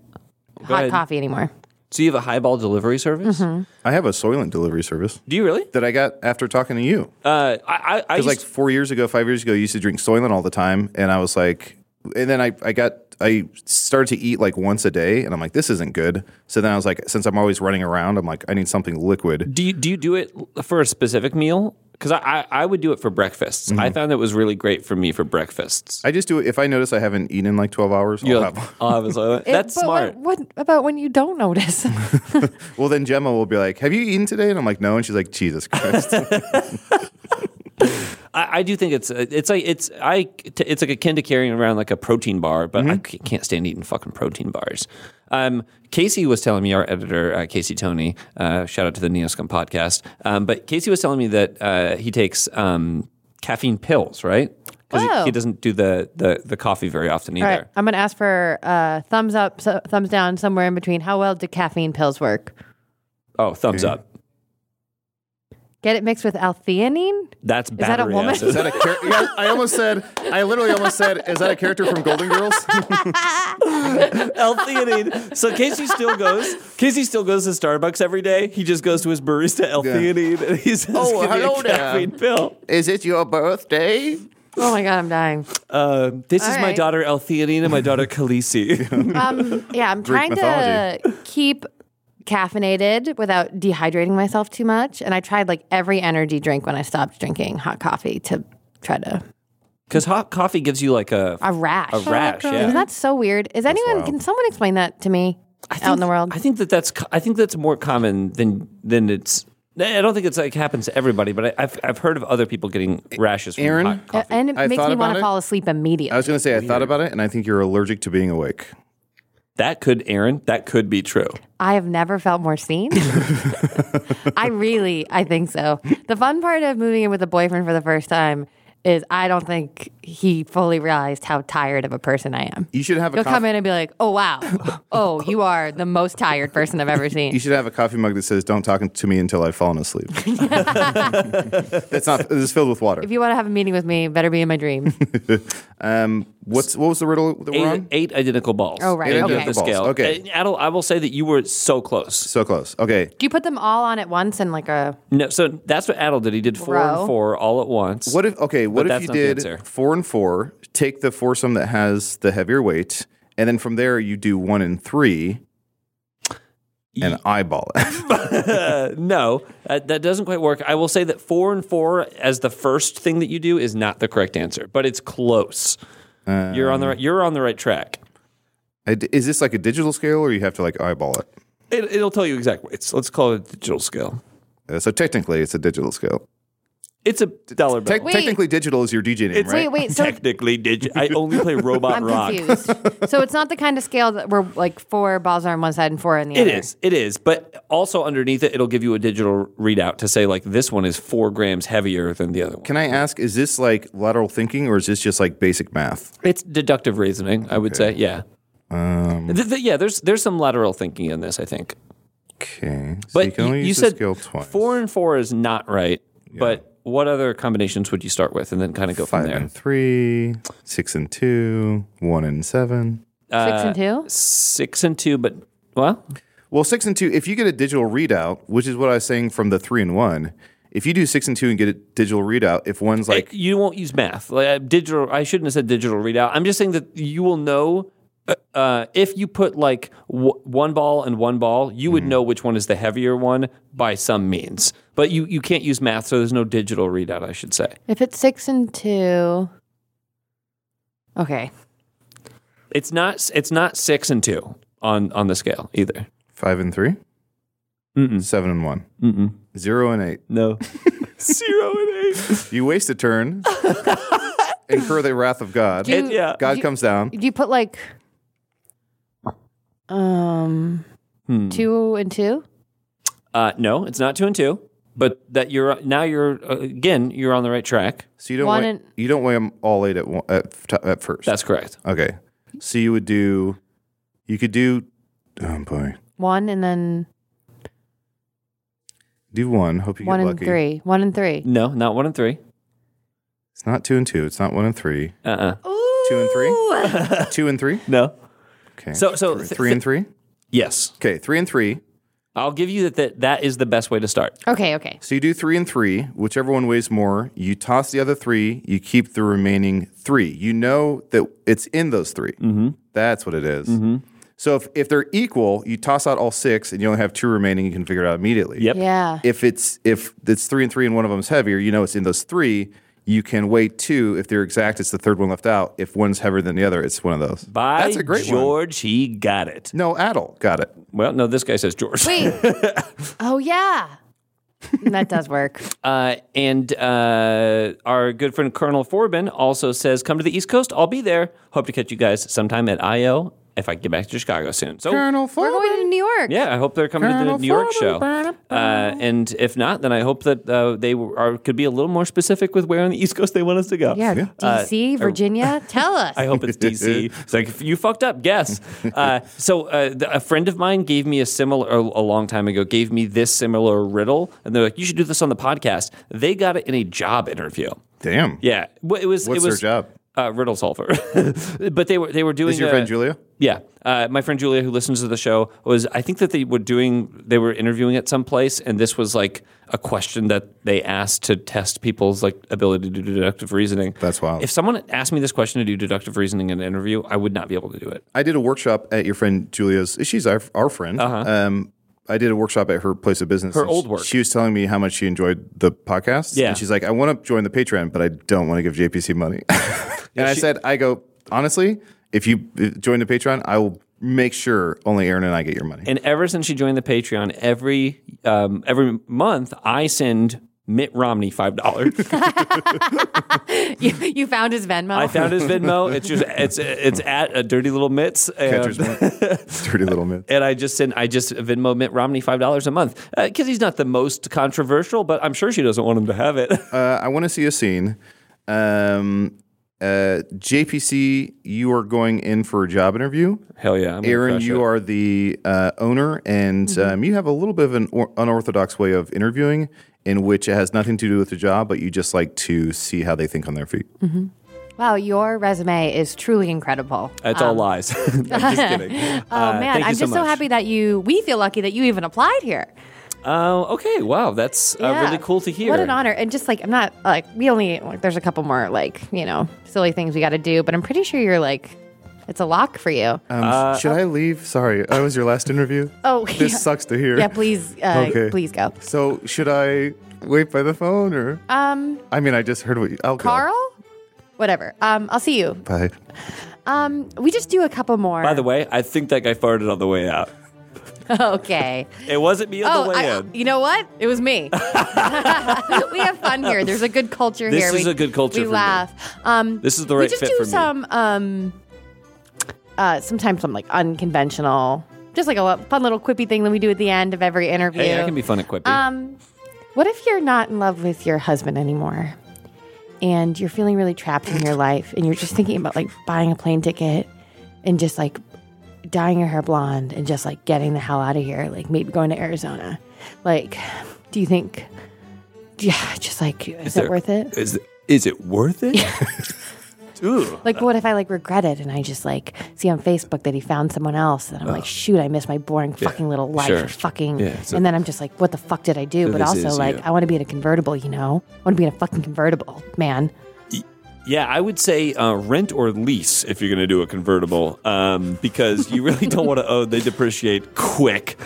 [SPEAKER 3] Go
[SPEAKER 4] hot
[SPEAKER 3] ahead.
[SPEAKER 4] coffee Mm-hmm. anymore.
[SPEAKER 3] So you have a highball delivery service?
[SPEAKER 2] I have a Soylent delivery service
[SPEAKER 3] Do you really?
[SPEAKER 2] that I got after talking to you.
[SPEAKER 3] Uh, I, I, I
[SPEAKER 2] Because
[SPEAKER 3] used
[SPEAKER 2] like four years ago, five years ago, I used to drink Soylent all the time, and I was like, and then I I got I started to eat like once a day, and I'm like, this isn't good. So then I was like, since I'm always running around, I'm like, I need something liquid.
[SPEAKER 3] Do you do you do it for a specific meal? Because I, I, I would do it for breakfasts. I
[SPEAKER 2] Mm-hmm.
[SPEAKER 3] found that was really great for me for breakfasts.
[SPEAKER 2] I just do it if I notice I haven't eaten in like 12 hours.
[SPEAKER 3] You're
[SPEAKER 2] I'll
[SPEAKER 3] like,
[SPEAKER 2] have,
[SPEAKER 3] "Oh, I was like, that's
[SPEAKER 4] But
[SPEAKER 3] smart.
[SPEAKER 4] What, what about when you don't notice?
[SPEAKER 2] well, then Gemma will be like, have you eaten today? And I'm like, no. And she's like, Jesus Christ.
[SPEAKER 3] I, I do think it's it's like it's I t- it's like akin to carrying around like a protein bar, but
[SPEAKER 2] Mm-hmm.
[SPEAKER 3] I c- can't stand eating fucking protein bars. Um, Casey was telling me our editor uh, Casey Tony, uh, shout out to the Neoscum podcast. Um, but Casey was telling me that uh, he takes um, caffeine pills, right? Because he,
[SPEAKER 4] Oh.
[SPEAKER 3] he doesn't do the, the the coffee very often either.
[SPEAKER 4] All right. I'm going to ask for uh, thumbs up, so, thumbs down, somewhere in between. How well do caffeine pills work?
[SPEAKER 3] Oh, thumbs up.
[SPEAKER 4] Get it mixed with L theanine?
[SPEAKER 3] That's
[SPEAKER 4] a
[SPEAKER 3] battery
[SPEAKER 4] woman?
[SPEAKER 3] acid.
[SPEAKER 2] Is that a character? Yeah, I almost said, I literally almost said, is that a character from Golden Girls?
[SPEAKER 3] L-theanine. So Casey still goes. Casey still goes to Starbucks every day. He just goes to his barista L-theanine and he says,
[SPEAKER 2] Oh,
[SPEAKER 3] "Give me a
[SPEAKER 2] hello there."
[SPEAKER 3] caffeine pill."
[SPEAKER 2] is it your birthday?
[SPEAKER 4] Oh my God, I'm dying.
[SPEAKER 3] Um, this is
[SPEAKER 4] All
[SPEAKER 3] my
[SPEAKER 4] right.
[SPEAKER 3] daughter L-theanine and my daughter Khaleesi.
[SPEAKER 4] Um, yeah, I'm trying to keep caffeinated without dehydrating myself too much. And I tried like every energy drink when I stopped drinking hot coffee to try to
[SPEAKER 3] Because hot coffee gives you like a
[SPEAKER 4] a rash.
[SPEAKER 3] a rash.
[SPEAKER 4] Isn't
[SPEAKER 3] Yeah.
[SPEAKER 4] that so weird? Is anyone? Can someone explain that to me?
[SPEAKER 3] I
[SPEAKER 4] out in the world?
[SPEAKER 3] I think that that's co- I think that's more common than than it's. I don't think it's like happens to everybody, but I, I've I've heard of other people getting rashes from
[SPEAKER 2] Aaron?
[SPEAKER 3] hot
[SPEAKER 4] Uh,
[SPEAKER 3] coffee.
[SPEAKER 4] and it
[SPEAKER 2] I
[SPEAKER 4] makes
[SPEAKER 2] thought
[SPEAKER 4] me
[SPEAKER 2] about
[SPEAKER 4] want
[SPEAKER 2] it.
[SPEAKER 4] to fall asleep
[SPEAKER 2] I
[SPEAKER 4] immediately.
[SPEAKER 2] was going to say, I thought about it, and I think you're allergic to being awake.
[SPEAKER 3] that could Aaron, that could be true.
[SPEAKER 4] I have never felt more seen. I really, I think so. The fun part of moving in with a boyfriend for the first time is I don't think he fully realized how tired of a person I am.
[SPEAKER 2] You should have a
[SPEAKER 4] He'll
[SPEAKER 2] coffee-
[SPEAKER 4] come in and be like, "Oh wow, oh you are the most tired person I've ever
[SPEAKER 2] You
[SPEAKER 4] seen."
[SPEAKER 2] should have a coffee mug that says, "Don't talk to me until I've fallen asleep." That's not. This is filled with water.
[SPEAKER 4] If you want to have a meeting with me, better be in my dream.
[SPEAKER 2] What's what was the riddle that we're
[SPEAKER 3] Eight,
[SPEAKER 2] on?
[SPEAKER 3] eight identical balls.
[SPEAKER 4] Oh, right,
[SPEAKER 3] Eight
[SPEAKER 4] okay.
[SPEAKER 3] identical
[SPEAKER 2] Balls,
[SPEAKER 3] scale.
[SPEAKER 2] okay.
[SPEAKER 3] And Adel, I will say that you were so close.
[SPEAKER 2] So close. Okay.
[SPEAKER 4] Do you put them all on at once and like a?
[SPEAKER 3] No, so that's what Adel did. He did four
[SPEAKER 4] Row.
[SPEAKER 3] and four all at once.
[SPEAKER 2] What if? Okay. What
[SPEAKER 3] that's
[SPEAKER 2] if you
[SPEAKER 3] not the answer.
[SPEAKER 2] did four and four? Take the foursome that has the heavier weight, and then from there you do one and three, and eyeball it.
[SPEAKER 3] no, uh, that doesn't quite work. I will say that four and four as the first thing that you do is not the correct answer, but it's close.
[SPEAKER 2] Uh,
[SPEAKER 3] you're on the right, you're on the right track.
[SPEAKER 2] I d- is this like a digital scale, or you have to like eyeball it?
[SPEAKER 3] It, it'll tell you exact weights. Let's call it digital scale.
[SPEAKER 2] Uh, so technically, it's a digital scale.
[SPEAKER 3] It's a dollar bill.
[SPEAKER 2] Te- technically, digital is your DJ name, right?
[SPEAKER 4] Wait, wait. So
[SPEAKER 3] Technically, digi- I only play Robot
[SPEAKER 4] I'm
[SPEAKER 3] Rock.
[SPEAKER 4] confused. so it's not the kind of scale that we're like four balls are on one side and four on the
[SPEAKER 3] It
[SPEAKER 4] other.
[SPEAKER 2] Mm-hmm.
[SPEAKER 3] is. It is. But also underneath it, it'll give you a digital readout to say like this one is four grams heavier than the other one.
[SPEAKER 2] Can I ask? Is this like lateral thinking, or is this just like basic math?
[SPEAKER 3] It's deductive reasoning, I would say. Yeah.
[SPEAKER 2] Um,
[SPEAKER 3] Th- th- yeah. There's there's some lateral thinking in this. I think.
[SPEAKER 2] Okay. So
[SPEAKER 3] But
[SPEAKER 2] you can only
[SPEAKER 3] you
[SPEAKER 2] use the
[SPEAKER 3] said
[SPEAKER 2] scale twice.
[SPEAKER 3] four and four is not right. But what other combinations would you start with, and then kind of go
[SPEAKER 2] five
[SPEAKER 3] from there?
[SPEAKER 2] and three, six and two, one and seven.
[SPEAKER 4] Six
[SPEAKER 2] Uh,
[SPEAKER 4] and two.
[SPEAKER 3] Six and two, but well,
[SPEAKER 2] Well, six and two, if you get a digital readout, which is what I was saying from the three and one, if you do six and two and get a digital readout, if one's
[SPEAKER 3] like
[SPEAKER 2] like,
[SPEAKER 3] you won't use math. Like uh, digital, I shouldn't have said digital readout. I'm just saying that you will know. uh, Uh, if you put like w- one ball and one ball, you would know which one is the heavier one by some means. But you, you can't use math, so there's no digital readout, I should say.
[SPEAKER 4] If it's six and two. Okay.
[SPEAKER 3] It's not it's not six and two on on the scale either.
[SPEAKER 2] five and three,
[SPEAKER 3] Mm-mm.
[SPEAKER 2] seven and one,
[SPEAKER 3] Mm-mm.
[SPEAKER 2] zero and eight.
[SPEAKER 3] No, zero and eight.
[SPEAKER 2] You waste a turn, incur the wrath of God.
[SPEAKER 4] Do you-
[SPEAKER 3] It- yeah.
[SPEAKER 2] God
[SPEAKER 4] do you-
[SPEAKER 2] comes down.
[SPEAKER 4] Do you put like um
[SPEAKER 3] Hmm.
[SPEAKER 4] two and two?
[SPEAKER 3] Uh, no, it's not two and two. But that you're now you're uh, again you're on the right track.
[SPEAKER 2] So you don't,
[SPEAKER 4] One
[SPEAKER 2] weigh,
[SPEAKER 4] and-
[SPEAKER 2] you don't weigh them all eight at, one, at, f- at first.
[SPEAKER 3] That's correct.
[SPEAKER 2] Okay. So you would do, you could do, oh boy,
[SPEAKER 4] One and then
[SPEAKER 2] do one. Hope you get
[SPEAKER 4] one and
[SPEAKER 2] lucky. Hmm.
[SPEAKER 4] three. One and three.
[SPEAKER 3] No, not one and three.
[SPEAKER 2] It's not two and two. It's not one and three.
[SPEAKER 3] Uh uh
[SPEAKER 2] Two and three. two and three.
[SPEAKER 3] No.
[SPEAKER 2] Okay.
[SPEAKER 3] So- so
[SPEAKER 2] three,
[SPEAKER 3] th-
[SPEAKER 2] three and three.
[SPEAKER 3] Yes,
[SPEAKER 2] Okay, three and three.
[SPEAKER 3] I'll give you that, that. That is the best way to start.
[SPEAKER 4] Okay, okay.
[SPEAKER 2] So you do three and three. Whichever one weighs more, you toss the other three. You keep the remaining three. You know that it's in those 3 Mm-hmm. That's what it is.
[SPEAKER 3] Mm-hmm.
[SPEAKER 2] So if, if they're equal, you toss out all six, and you only have two remaining. You can figure it out immediately.
[SPEAKER 3] Yep.
[SPEAKER 4] Yeah.
[SPEAKER 2] If it's if it's three and three, and one of them's heavier, you know it's in those three. You can weigh two. If they're exact, it's the third one left out. If one's heavier than the other, it's one of those.
[SPEAKER 3] By
[SPEAKER 2] That's a great one.
[SPEAKER 3] George, he got it.
[SPEAKER 2] No, adult. Got it.
[SPEAKER 3] Well, no, this guy says George.
[SPEAKER 4] Wait. oh yeah. that does work.
[SPEAKER 3] Uh, and uh, our good friend Colonel Forbin also says, "Come to the East Coast. I'll be there. Hope to catch you guys sometime at I.O. if I get back to Chicago soon." So
[SPEAKER 2] Colonel
[SPEAKER 4] We're
[SPEAKER 2] Foreman.
[SPEAKER 4] going to New York.
[SPEAKER 3] Yeah, I hope they're coming to the
[SPEAKER 2] Colonel
[SPEAKER 3] New York show.
[SPEAKER 2] Foreman,
[SPEAKER 3] Uh, and if not, then I hope that uh, they were- are, could be a little more specific with where on the East Coast they want us to go.
[SPEAKER 4] Yeah, DC, Virginia. Tell us.
[SPEAKER 3] Uh, er, I hope it's DC. It's like, you fucked up, guess. Uh, so, uh, th- a friend of mine gave me a similar, a a long time ago, gave me this similar riddle. And they're like, you should do this on the podcast. They got it in a job interview.
[SPEAKER 2] Damn.
[SPEAKER 3] Yeah. Well, It was,
[SPEAKER 2] What's
[SPEAKER 3] it
[SPEAKER 2] their
[SPEAKER 3] was,
[SPEAKER 2] job?
[SPEAKER 3] Uh, riddle solver. but they were, they were doing
[SPEAKER 2] Is your
[SPEAKER 3] a-
[SPEAKER 2] friend Julia?
[SPEAKER 3] yeah, uh, my friend Julia, who listens to the show, was I think that they were doing they were interviewing at some place, and this was like a question that they asked to test people's like ability to do deductive reasoning.
[SPEAKER 2] That's wild.
[SPEAKER 3] If someone asked me this question to do deductive reasoning in an interview, I would not be able to do it.
[SPEAKER 2] I did a workshop at your friend Julia's. She's our, our friend. Um, I did a workshop at her place of business.
[SPEAKER 3] Uh-huh. Her
[SPEAKER 2] and
[SPEAKER 3] old
[SPEAKER 2] she-
[SPEAKER 3] work.
[SPEAKER 2] She was telling me how much she enjoyed the podcast.
[SPEAKER 3] Yeah.
[SPEAKER 2] And she's like, I want to join the Patreon, but I don't want to give JPC money. and I said, I go, honestly, if you uh, join the Patreon, I will make sure only Aaron and I get your money.
[SPEAKER 3] And ever since she joined the Patreon, every um, every month I send Mitt Romney five dollars.
[SPEAKER 4] you, you found his Venmo.
[SPEAKER 3] I found his Venmo. It's just it's it's at a dirty little mitts.
[SPEAKER 2] Catcher's
[SPEAKER 3] And,
[SPEAKER 2] mitt. Dirty little mitt.
[SPEAKER 3] and I just send I just Venmo Mitt Romney five dollars a month because he's not the most controversial, but I'm sure she doesn't want him to have it.
[SPEAKER 2] Uh, I want to see a scene. Um, uh, JPC, you are going in for a job interview.
[SPEAKER 3] Hell yeah, I'm gonna
[SPEAKER 2] Aaron,
[SPEAKER 3] crush
[SPEAKER 2] you
[SPEAKER 3] it.
[SPEAKER 2] are the uh, owner, and
[SPEAKER 4] Mm-hmm.
[SPEAKER 2] um, you have a little bit of an or- unorthodox way of interviewing, in which it has nothing to do with the job, but you just like to see how they think on their feet.
[SPEAKER 4] Mm-hmm. wow, your resume is truly incredible.
[SPEAKER 3] It's all lies. Um, Uh, I'm just kidding.
[SPEAKER 4] Oh man,
[SPEAKER 3] thank you
[SPEAKER 4] I'm
[SPEAKER 3] so
[SPEAKER 4] just so
[SPEAKER 3] much.
[SPEAKER 4] happy that you. We feel lucky that you even applied here.
[SPEAKER 3] Oh, okay. Wow, that's uh,
[SPEAKER 4] Yeah.
[SPEAKER 3] really cool to hear.
[SPEAKER 4] What an honor. And just like, I'm not like, we only, like, there's a couple more, like, you know, silly things we got to do, but I'm pretty sure you're like, it's a lock for you.
[SPEAKER 3] Uh,
[SPEAKER 2] Um, should I leave? Sorry, that was your last interview.
[SPEAKER 4] Oh,
[SPEAKER 2] this
[SPEAKER 4] yeah.
[SPEAKER 2] sucks to hear.
[SPEAKER 4] yeah, please, uh,
[SPEAKER 2] Okay.
[SPEAKER 4] please go.
[SPEAKER 2] So, should I wait by the phone, or
[SPEAKER 4] Um,
[SPEAKER 2] I mean, I just heard what you. I'll go.
[SPEAKER 4] Carl? Whatever. Um, I'll see you.
[SPEAKER 2] Bye.
[SPEAKER 4] Um, we just do a couple more.
[SPEAKER 3] By the way, I think that guy farted on the way out.
[SPEAKER 4] okay.
[SPEAKER 3] It wasn't me on the
[SPEAKER 4] Oh,
[SPEAKER 3] way
[SPEAKER 4] I,
[SPEAKER 3] in.
[SPEAKER 4] you know what? It was me. we have fun here. There's a good culture
[SPEAKER 3] This
[SPEAKER 4] here.
[SPEAKER 3] is
[SPEAKER 4] we,
[SPEAKER 3] a good culture
[SPEAKER 4] We
[SPEAKER 3] for me.
[SPEAKER 4] laugh. Um,
[SPEAKER 3] This is the right
[SPEAKER 4] We just
[SPEAKER 3] fit
[SPEAKER 4] do
[SPEAKER 3] for me.
[SPEAKER 4] some. Um, uh, sometimes some like unconventional, just like a lo- fun little quippy thing that we do at the end of every interview.
[SPEAKER 3] Hey, I can be fun at Quippy.
[SPEAKER 4] Um, what if you're not in love with your husband anymore, and you're feeling really trapped in your life, and you're just thinking about like buying a plane ticket, and just like dyeing your hair blonde, and just like getting the hell out of here, like maybe going to Arizona. Like, do you think? Yeah, just like, is,
[SPEAKER 3] there-
[SPEAKER 4] it worth it?
[SPEAKER 3] is is it worth it? Ooh.
[SPEAKER 4] Like, what if I like regret it and I just like see on Facebook that he found someone else and I'm like, shoot, I miss my boring fucking little life.
[SPEAKER 3] Uh, sure.
[SPEAKER 4] Fucking.
[SPEAKER 3] Yeah, so-
[SPEAKER 4] and then I'm just like, what the fuck did I do? but
[SPEAKER 3] this
[SPEAKER 4] also,
[SPEAKER 3] is
[SPEAKER 4] like,
[SPEAKER 3] you.
[SPEAKER 4] I want to be in a convertible, you know? I want to be in a fucking convertible, man.
[SPEAKER 3] Yeah, I would say uh, rent or lease if you're going to do a convertible, um, because you really don't want to own. They depreciate quick.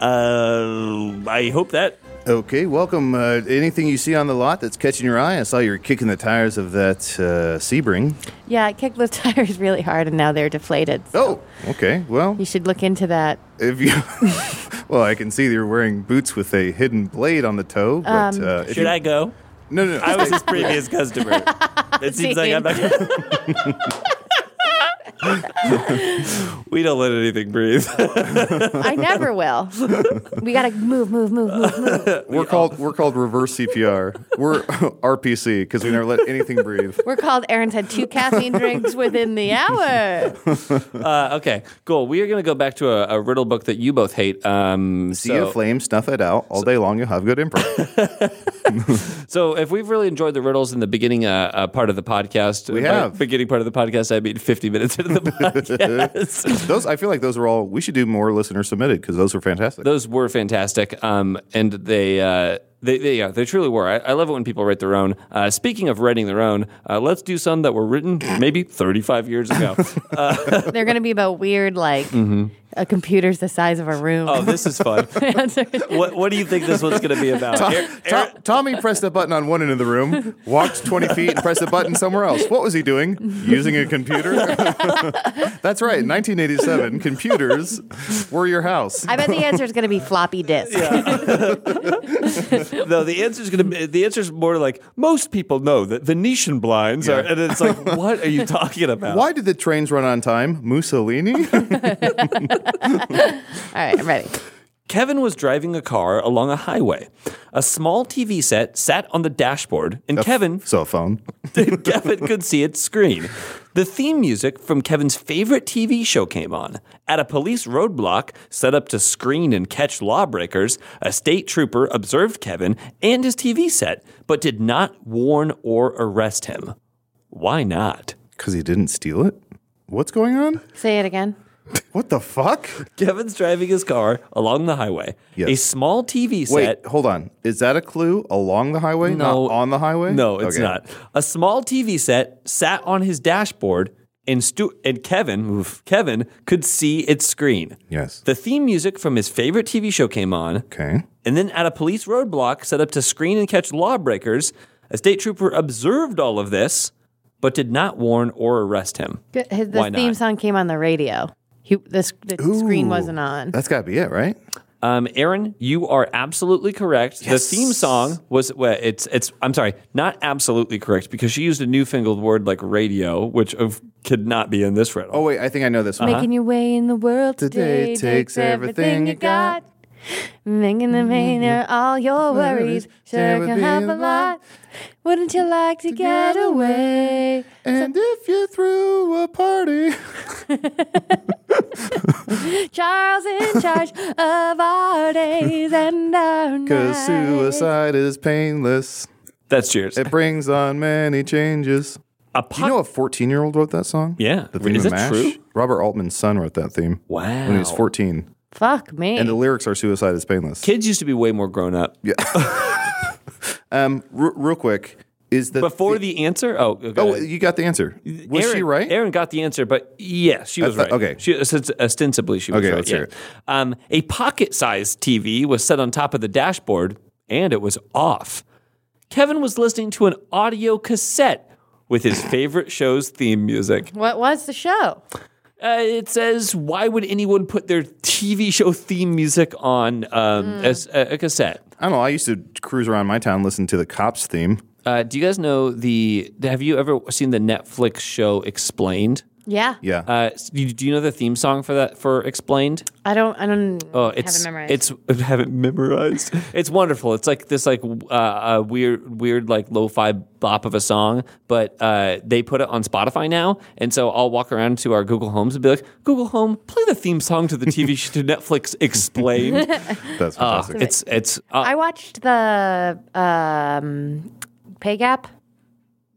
[SPEAKER 3] Uh, I hope that
[SPEAKER 2] Okay, welcome. Uh, anything you see on the lot that's catching your eye? I saw you're kicking the tires of that uh, Sebring.
[SPEAKER 4] Yeah, I kicked those tires really hard and now they're deflated.
[SPEAKER 2] Oh, okay. Well,
[SPEAKER 4] You should look into that.
[SPEAKER 2] if you, well, I can see that you're wearing boots with a hidden blade on the toe. But uh, if
[SPEAKER 3] should
[SPEAKER 2] you,
[SPEAKER 3] I go?
[SPEAKER 2] No, no, no.
[SPEAKER 3] I was his previous customer. It seems like I'm not. we don't let anything breathe.
[SPEAKER 4] I never will.
[SPEAKER 5] We gotta move, move, move, move, move.
[SPEAKER 2] we're called we're called reverse CPR. We're RPC because we never let anything breathe.
[SPEAKER 4] We're called Aaron's had two caffeine drinks within the hour.
[SPEAKER 3] Uh, okay, cool. We are going to go back to a, a riddle book that you both hate. Um,
[SPEAKER 2] See
[SPEAKER 3] so-
[SPEAKER 2] a flame, snuff it out all day long. You'll have good improv.
[SPEAKER 3] So, if we've really enjoyed the riddles in the beginning uh, uh, part of the podcast, uh,
[SPEAKER 2] We
[SPEAKER 3] by
[SPEAKER 2] have.
[SPEAKER 3] beginning part of the podcast. I mean, fifty minutes into the podcast,
[SPEAKER 2] those I feel like those are all. We should do more listener submitted because those were fantastic.
[SPEAKER 3] those were fantastic, um, and they. Uh, they, they, yeah, they truly were. I, I love it when people write their own. Uh, speaking of writing their own, uh, let's do some that were written maybe 35 years ago.
[SPEAKER 4] They're going to be about weird, like, a computer's the size of a room.
[SPEAKER 3] Mm-hmm. oh, this is fun. what, what do you think this one's going to be about? Eric-
[SPEAKER 2] To- Tommy pressed a button on one end of the room, walked 20 feet, and pressed a button somewhere else. What was he doing? Using a computer? That's right. 1987, computers were your house.
[SPEAKER 4] I bet the answer is going to be floppy disk.
[SPEAKER 3] No, the answer's gonna be the answer's more like most people know that Venetian blinds are, and it's like, what are you talking about?
[SPEAKER 2] Why did the trains run on time? Mussolini?
[SPEAKER 4] All right, I'm ready.
[SPEAKER 3] Kevin was driving a car along a highway. A small TV set sat on the dashboard, and Kevin
[SPEAKER 2] Cell phone.
[SPEAKER 3] Kevin could see its screen. The theme music from Kevin's favorite TV show came on. At a police roadblock set up to screen and catch lawbreakers, a state trooper observed Kevin and his TV set, but did not warn or arrest him. Why not?
[SPEAKER 2] Because he didn't steal it? What's going on?
[SPEAKER 4] Say it again.
[SPEAKER 2] What the fuck?
[SPEAKER 3] Kevin's driving his car along the highway.
[SPEAKER 2] Yes.
[SPEAKER 3] A small TV
[SPEAKER 2] Wait,
[SPEAKER 3] set.
[SPEAKER 2] hold on. Is that a clue? Along the highway?
[SPEAKER 3] No.
[SPEAKER 2] Not on the highway?
[SPEAKER 3] No, it's
[SPEAKER 2] Okay.
[SPEAKER 3] not. A small TV set sat on his dashboard, and Stu and Kevin, oof, Kevin could see its screen.
[SPEAKER 2] Yes.
[SPEAKER 3] The theme music from his favorite TV show came on,
[SPEAKER 2] okay.
[SPEAKER 3] and then at a police roadblock set up to screen and catch lawbreakers, a state trooper observed all of this, but did not warn or arrest him.
[SPEAKER 4] Good. His- The
[SPEAKER 3] Why not?
[SPEAKER 4] theme song came on the radio. He this the screen wasn't on.
[SPEAKER 2] That's got to be it, right?
[SPEAKER 3] Um, Aaron, you are absolutely correct. The theme song was well, it's it's. I'm sorry, not absolutely correct because she used a newfangled word like radio, which of, could not be in this riddle.
[SPEAKER 2] Oh wait, I think I know this one.
[SPEAKER 5] Making your way in the world Uh-huh. today, takes everything you got. Making the manner all your worries. Sure
[SPEAKER 2] would
[SPEAKER 5] can
[SPEAKER 2] be
[SPEAKER 5] help
[SPEAKER 2] a
[SPEAKER 5] a lot. Wouldn't you like to get away?
[SPEAKER 2] And if you threw a party,
[SPEAKER 5] Charles in charge of our days and our
[SPEAKER 2] because
[SPEAKER 5] nights.
[SPEAKER 2] suicide is painless,
[SPEAKER 3] That's cheers.
[SPEAKER 2] it brings on many changes.
[SPEAKER 3] a
[SPEAKER 2] Do you know a 14 year old wrote that song?
[SPEAKER 3] Yeah.
[SPEAKER 2] The theme
[SPEAKER 3] Is
[SPEAKER 2] of
[SPEAKER 3] that
[SPEAKER 2] MASH?
[SPEAKER 3] true?
[SPEAKER 2] Robert Altman's son wrote that theme
[SPEAKER 3] wow.
[SPEAKER 2] when he was 14.
[SPEAKER 4] Fuck me.
[SPEAKER 2] And the lyrics are suicide is painless.
[SPEAKER 3] Kids used to be way more grown up.
[SPEAKER 2] Um, r- real quick, is the.
[SPEAKER 3] Before the answer, oh, okay.
[SPEAKER 2] Oh, you got the answer. Was
[SPEAKER 3] Aaron,
[SPEAKER 2] she right?
[SPEAKER 3] Aaron got the answer, but yes, she was
[SPEAKER 2] thought-
[SPEAKER 3] right.
[SPEAKER 2] okay.
[SPEAKER 3] she, uh, ostensibly she was
[SPEAKER 2] Okay,
[SPEAKER 3] right.
[SPEAKER 2] let's
[SPEAKER 3] yeah.
[SPEAKER 2] hear it.
[SPEAKER 3] Um, a pocket-sized TV was set on top of the dashboard, and it was off. Kevin was listening to an audio cassette with his favorite show's theme music.
[SPEAKER 4] what was the show?
[SPEAKER 3] Uh, it says, "Why would anyone put their TV show theme music on um,
[SPEAKER 2] Hmm.
[SPEAKER 3] as a, a cassette?"
[SPEAKER 2] I don't know. I used to cruise around my town, listen to the cops theme.
[SPEAKER 3] Uh, do you guys know the? Have you ever seen the Netflix show Explained?
[SPEAKER 4] Yeah.
[SPEAKER 2] Yeah.
[SPEAKER 3] Uh, s- do you- do you know the theme song for that for Explained?
[SPEAKER 4] I don't I don't
[SPEAKER 3] Oh, it's
[SPEAKER 4] haven't memorized.
[SPEAKER 3] it's I haven't memorized. it's wonderful. It's like this like w- uh, uh, weird weird like lo-fi bop of a song, but uh, they put it on Spotify now, and so I'll walk around to our Google Homes and be like, Google Home, play the theme song to the TV show to Netflix Explained.
[SPEAKER 2] That's
[SPEAKER 3] Uh,
[SPEAKER 2] fantastic.
[SPEAKER 3] it's it's uh,
[SPEAKER 4] I watched the um pay gap.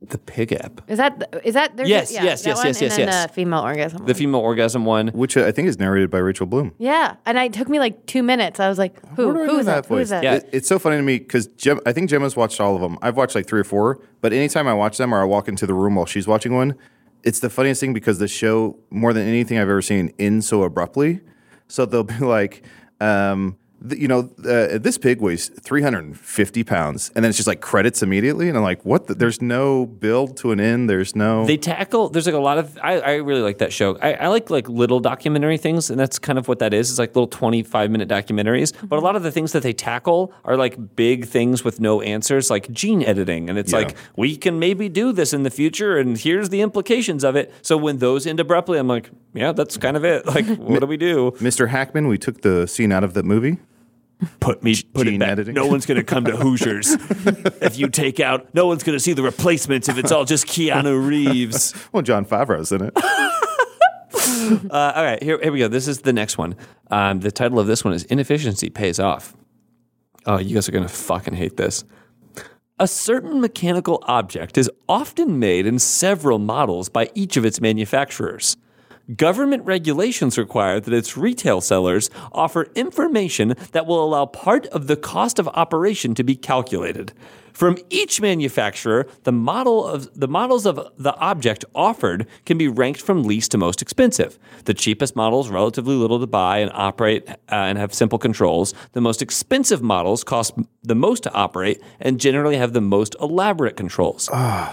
[SPEAKER 3] the pig app,
[SPEAKER 4] Is that is that there's
[SPEAKER 3] Yes,
[SPEAKER 4] a, yeah,
[SPEAKER 3] yes,
[SPEAKER 4] that
[SPEAKER 3] yes,
[SPEAKER 4] one,
[SPEAKER 3] yes, yes,
[SPEAKER 4] and then
[SPEAKER 3] yes.
[SPEAKER 4] The female orgasm.
[SPEAKER 3] the
[SPEAKER 4] one.
[SPEAKER 3] female orgasm one.
[SPEAKER 2] Which uh, I think is narrated by Rachel Bloom.
[SPEAKER 4] yeah, and I- it took me like two minutes. I was like, who
[SPEAKER 2] Where do I
[SPEAKER 4] who
[SPEAKER 2] know
[SPEAKER 4] is that? Who is that?
[SPEAKER 3] Yeah.
[SPEAKER 2] It- it's so funny to me because Gem- I think Gemma's watched all of them. I've watched like three or four, but anytime I watch them or I walk into the room while she's watching one, it's the funniest thing because the show, more than anything I've ever seen, ends so abruptly. So they'll be like, um, th- you know, uh, this pig weighs 350 pounds. And then it's just like credits immediately. And I'm like, what? The- there's no build to an end. There's no.
[SPEAKER 3] They tackle. There's like a lot of. I, I really like that show. I, I like like little documentary things, and that's kind of what that is. It's like little 25 minute documentaries. But a
[SPEAKER 2] Mm-hmm.
[SPEAKER 3] lot of the things that they tackle are like big things with no answers, like gene editing, and it's
[SPEAKER 2] Yeah.
[SPEAKER 3] like we can maybe do this in the future, and here's the implications of it. So when those end abruptly, I'm like, yeah, that's kind of it. Like, what do we do?
[SPEAKER 2] Mr. Hackman, we took the scene out of that movie.
[SPEAKER 3] Put me.
[SPEAKER 2] put it Gene back. editing. No
[SPEAKER 3] one's gonna come to Hoosiers if you take out. No one's gonna see the replacements if it's all just Keanu Reeves.
[SPEAKER 2] Well, John Favreau's in it.
[SPEAKER 3] Uh, all right, here, here we go. This is the next one. Um, the title of this one is Inefficiency Pays Off. Oh, you guys are going to fucking hate this. A certain mechanical object is often made in several models by each of its manufacturers. Government regulations require that its retail sellers offer information that will allow part of the cost of operation to be calculated. From each manufacturer, the model of the models of the object offered can be ranked from least to most expensive. The cheapest models relatively little to buy and operate uh, and have simple controls. The most expensive models cost the most to operate and generally have the most elaborate controls.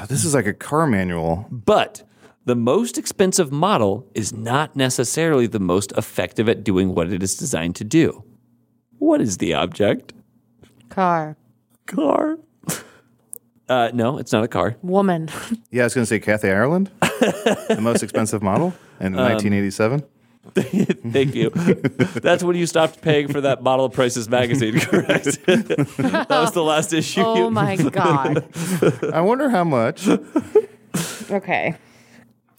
[SPEAKER 2] this is like a car manual.
[SPEAKER 3] But the most expensive model is not necessarily the most effective at doing what it is designed to do. What is the object?
[SPEAKER 4] Car
[SPEAKER 3] Car. Uh, no, it's not a car.
[SPEAKER 4] woman.
[SPEAKER 2] Yeah, I was going to say Kathy Ireland, the most expensive model in
[SPEAKER 3] Um,
[SPEAKER 2] 1987.
[SPEAKER 3] Thank you. That's when you stopped paying for that Model Prices magazine, correct? that was the last issue. you-
[SPEAKER 4] Oh my god.
[SPEAKER 2] I wonder how much.
[SPEAKER 4] Okay.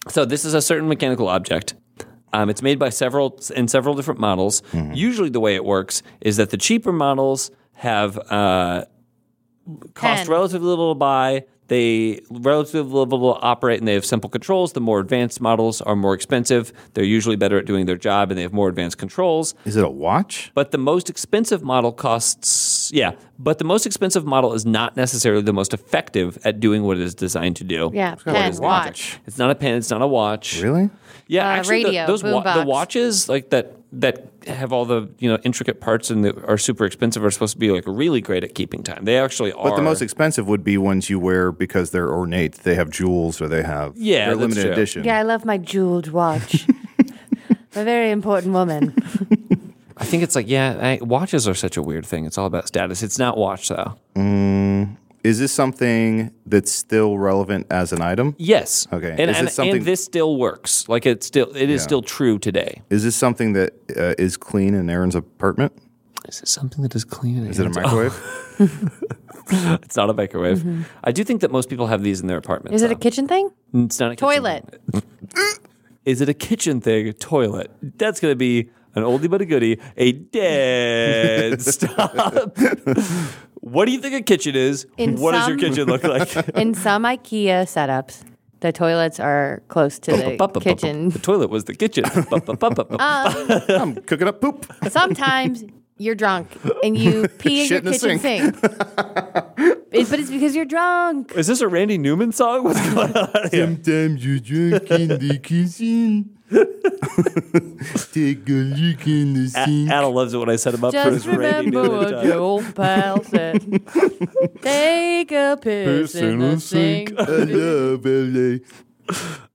[SPEAKER 3] So this is a certain mechanical object. Um, it's made by several in several different models. Usually, the way it works is that the cheaper models have uh, cost
[SPEAKER 4] Pen.
[SPEAKER 3] relatively little to buy. They relatively little to operate, and they have simple controls. The more advanced models are more expensive. They're usually better at doing their job, and they have more advanced controls.
[SPEAKER 2] Is it a watch?
[SPEAKER 3] But the most expensive model costs, yeah. But the most expensive model is not necessarily the most effective at doing what it is designed to do.
[SPEAKER 4] Yeah.
[SPEAKER 2] gotta
[SPEAKER 4] Pen,
[SPEAKER 2] be
[SPEAKER 4] watch.
[SPEAKER 3] It's not a pen. It's not a watch.
[SPEAKER 2] Really?
[SPEAKER 3] Yeah,
[SPEAKER 4] Uh,
[SPEAKER 3] actually, the-
[SPEAKER 4] radio,
[SPEAKER 3] those the
[SPEAKER 4] boombox.
[SPEAKER 3] watches like that that have all the you know intricate parts and that are super expensive are supposed to be like really great at keeping time. They actually are.
[SPEAKER 2] But the most expensive would be ones you wear because they're ornate. They have jewels or they have
[SPEAKER 3] Yeah,
[SPEAKER 2] they're
[SPEAKER 3] that's
[SPEAKER 2] limited
[SPEAKER 3] true.
[SPEAKER 2] edition.
[SPEAKER 4] Yeah, I love my jeweled watch. a very important woman.
[SPEAKER 3] I think it's like, yeah, I, watches are such a weird thing. It's all about status. It's not watch, though.
[SPEAKER 2] Is this something that's still relevant as an item?
[SPEAKER 3] Yes.
[SPEAKER 2] Okay.
[SPEAKER 3] And,
[SPEAKER 2] Is
[SPEAKER 3] and,
[SPEAKER 2] it something-
[SPEAKER 3] and this still works. Like it's still, it is
[SPEAKER 2] Yeah.
[SPEAKER 3] still true today.
[SPEAKER 2] Is this something that uh, is clean in Aaron's apartment?
[SPEAKER 3] Is it something that is clean?
[SPEAKER 2] Is it a microwave?
[SPEAKER 3] It's not a microwave. I do think that most people have these in their apartments.
[SPEAKER 4] Mm-hmm. Is it a
[SPEAKER 3] though.
[SPEAKER 4] kitchen thing?
[SPEAKER 3] It's not a kitchen
[SPEAKER 4] Toilet.
[SPEAKER 3] Is it a kitchen thing? Toilet. That's going to be an oldie but a goodie. A dead stop. what do you think a kitchen is?
[SPEAKER 4] In
[SPEAKER 3] what does your
[SPEAKER 4] some-
[SPEAKER 3] kitchen look like?
[SPEAKER 4] In some IKEA setups, the toilets are close to the kitchen. Uh,
[SPEAKER 3] The toilet was the kitchen.
[SPEAKER 2] I'm cooking up poop.
[SPEAKER 4] Sometimes you're drunk and you pee in
[SPEAKER 2] Shit in
[SPEAKER 4] your
[SPEAKER 2] the
[SPEAKER 4] kitchen sink. It's- but it's because you're drunk.
[SPEAKER 3] Is this a Randy Newman song? What's going on here?
[SPEAKER 2] Sometimes you drink in the kitchen. Take a look in the
[SPEAKER 3] A- Anna loves it when I set him up for his
[SPEAKER 4] Just
[SPEAKER 3] Randy
[SPEAKER 4] remember
[SPEAKER 3] Newman
[SPEAKER 4] what
[SPEAKER 3] time.
[SPEAKER 4] your old pal said. Take a piss in the sink.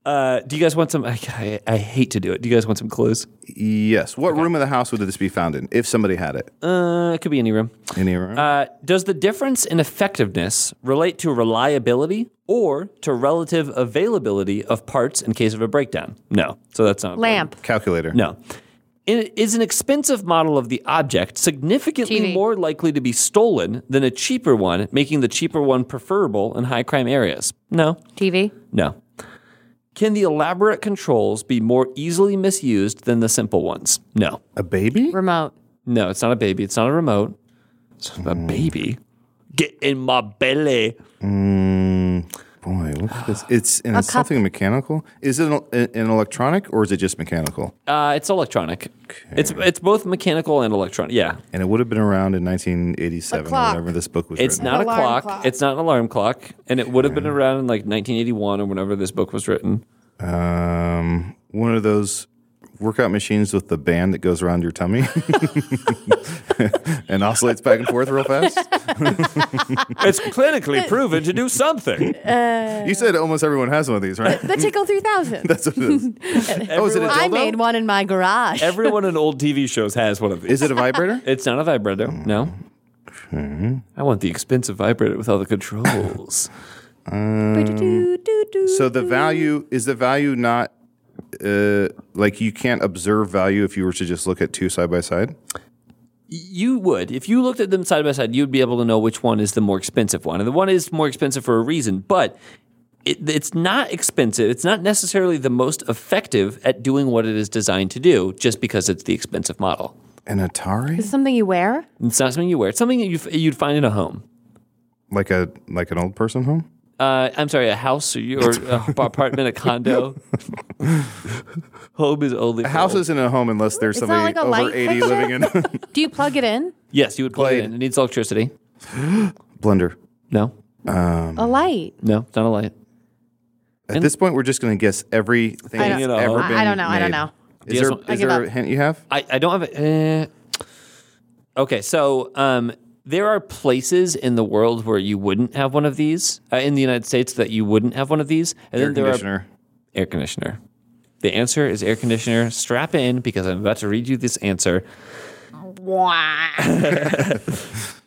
[SPEAKER 3] Uh, do you guys want some? I, I, I hate to do it. Do you guys want some clues?
[SPEAKER 2] Yes. What room of the house would this be found in if somebody had it?
[SPEAKER 3] Uh, it could be any room.
[SPEAKER 2] Any room?
[SPEAKER 3] Uh, does the difference in effectiveness relate to reliability or to relative availability of parts in case of a breakdown? No. So that's not. important.
[SPEAKER 4] Lamp.
[SPEAKER 2] Calculator.
[SPEAKER 3] No. It is an expensive model of the object significantly
[SPEAKER 4] TV.
[SPEAKER 3] more likely to be stolen than a cheaper one, making the cheaper one preferable in high crime areas? No.
[SPEAKER 4] TV.
[SPEAKER 3] No. Can the elaborate controls be more easily misused than the simple ones? No.
[SPEAKER 2] A baby?
[SPEAKER 4] Remote.
[SPEAKER 3] No, it's not a baby. It's not a remote. It's not a baby. Get in my belly.
[SPEAKER 2] Mm, Boy, what's this? It's and it's something mechanical. Is it an, an electronic or is it just mechanical?
[SPEAKER 3] Uh, it's electronic. It's it's both mechanical and electronic. Yeah.
[SPEAKER 2] And it would have been around in 1987 or
[SPEAKER 4] clock.
[SPEAKER 2] whenever this book was
[SPEAKER 3] It's
[SPEAKER 2] written.
[SPEAKER 3] not a
[SPEAKER 5] alarm
[SPEAKER 3] clock.
[SPEAKER 5] clock.
[SPEAKER 3] It's not an alarm clock. And it would have been around in like 1981 or whenever this book was written.
[SPEAKER 2] um, one of those workout machines with the band that goes around your tummy and oscillates back and forth real fast.
[SPEAKER 3] it's clinically proven to do something.
[SPEAKER 2] You said almost everyone has one of these, right?
[SPEAKER 4] The Tickle 3000.
[SPEAKER 2] That's what it is. oh, is it a dildo?
[SPEAKER 4] I made one in my garage.
[SPEAKER 3] Everyone in old TV shows has one of these.
[SPEAKER 2] Is it a vibrator?
[SPEAKER 3] It's not a vibrator. No. I want the expensive vibrator with all the controls.
[SPEAKER 2] so the value is the value not uh, like you can't observe value if you were to just look at two side by side.
[SPEAKER 3] you would. If you looked at them side by side, you'd be able to know which one is the more expensive one. And the one is more expensive for a reason, but it, it's not expensive. It's not necessarily the most effective at doing what it is designed to do just because it's the expensive model.
[SPEAKER 2] An Atari,
[SPEAKER 4] Is it something you wear?
[SPEAKER 3] It's not something you wear. It's something that you've, you'd find in a home.
[SPEAKER 2] like a like an old person home.
[SPEAKER 3] Uh, I'm sorry, a house or, your, a apartment, a condo. home is only
[SPEAKER 2] A house isn't a home unless there's
[SPEAKER 4] It's
[SPEAKER 2] somebody
[SPEAKER 4] not like a
[SPEAKER 2] over
[SPEAKER 4] light
[SPEAKER 2] eighty
[SPEAKER 4] fixture?
[SPEAKER 2] living in
[SPEAKER 4] Do you plug it in?
[SPEAKER 3] Yes, you would plug it
[SPEAKER 2] Played.
[SPEAKER 3] in. It needs electricity.
[SPEAKER 2] blender.
[SPEAKER 3] No,
[SPEAKER 4] A light.
[SPEAKER 3] no, it's not a light.
[SPEAKER 2] At
[SPEAKER 3] And-
[SPEAKER 2] this point, we're just going to guess everything
[SPEAKER 4] I
[SPEAKER 2] that's
[SPEAKER 3] don't-
[SPEAKER 2] ever
[SPEAKER 3] I- I
[SPEAKER 2] been.
[SPEAKER 4] don't know, I don't
[SPEAKER 2] made.
[SPEAKER 4] know.
[SPEAKER 2] Is
[SPEAKER 3] Yes,
[SPEAKER 2] there,
[SPEAKER 3] I
[SPEAKER 2] is
[SPEAKER 4] give
[SPEAKER 2] there a
[SPEAKER 4] up.
[SPEAKER 2] hint you have?
[SPEAKER 3] I, I don't have it. Uh, okay, so um, there are places in the world where you wouldn't have one of these uh, in the United States that you wouldn't have one of these, and
[SPEAKER 2] Air
[SPEAKER 3] then there are
[SPEAKER 2] conditioner.
[SPEAKER 3] air conditioner. The answer is air conditioner. Strap in because I'm about to read you this answer.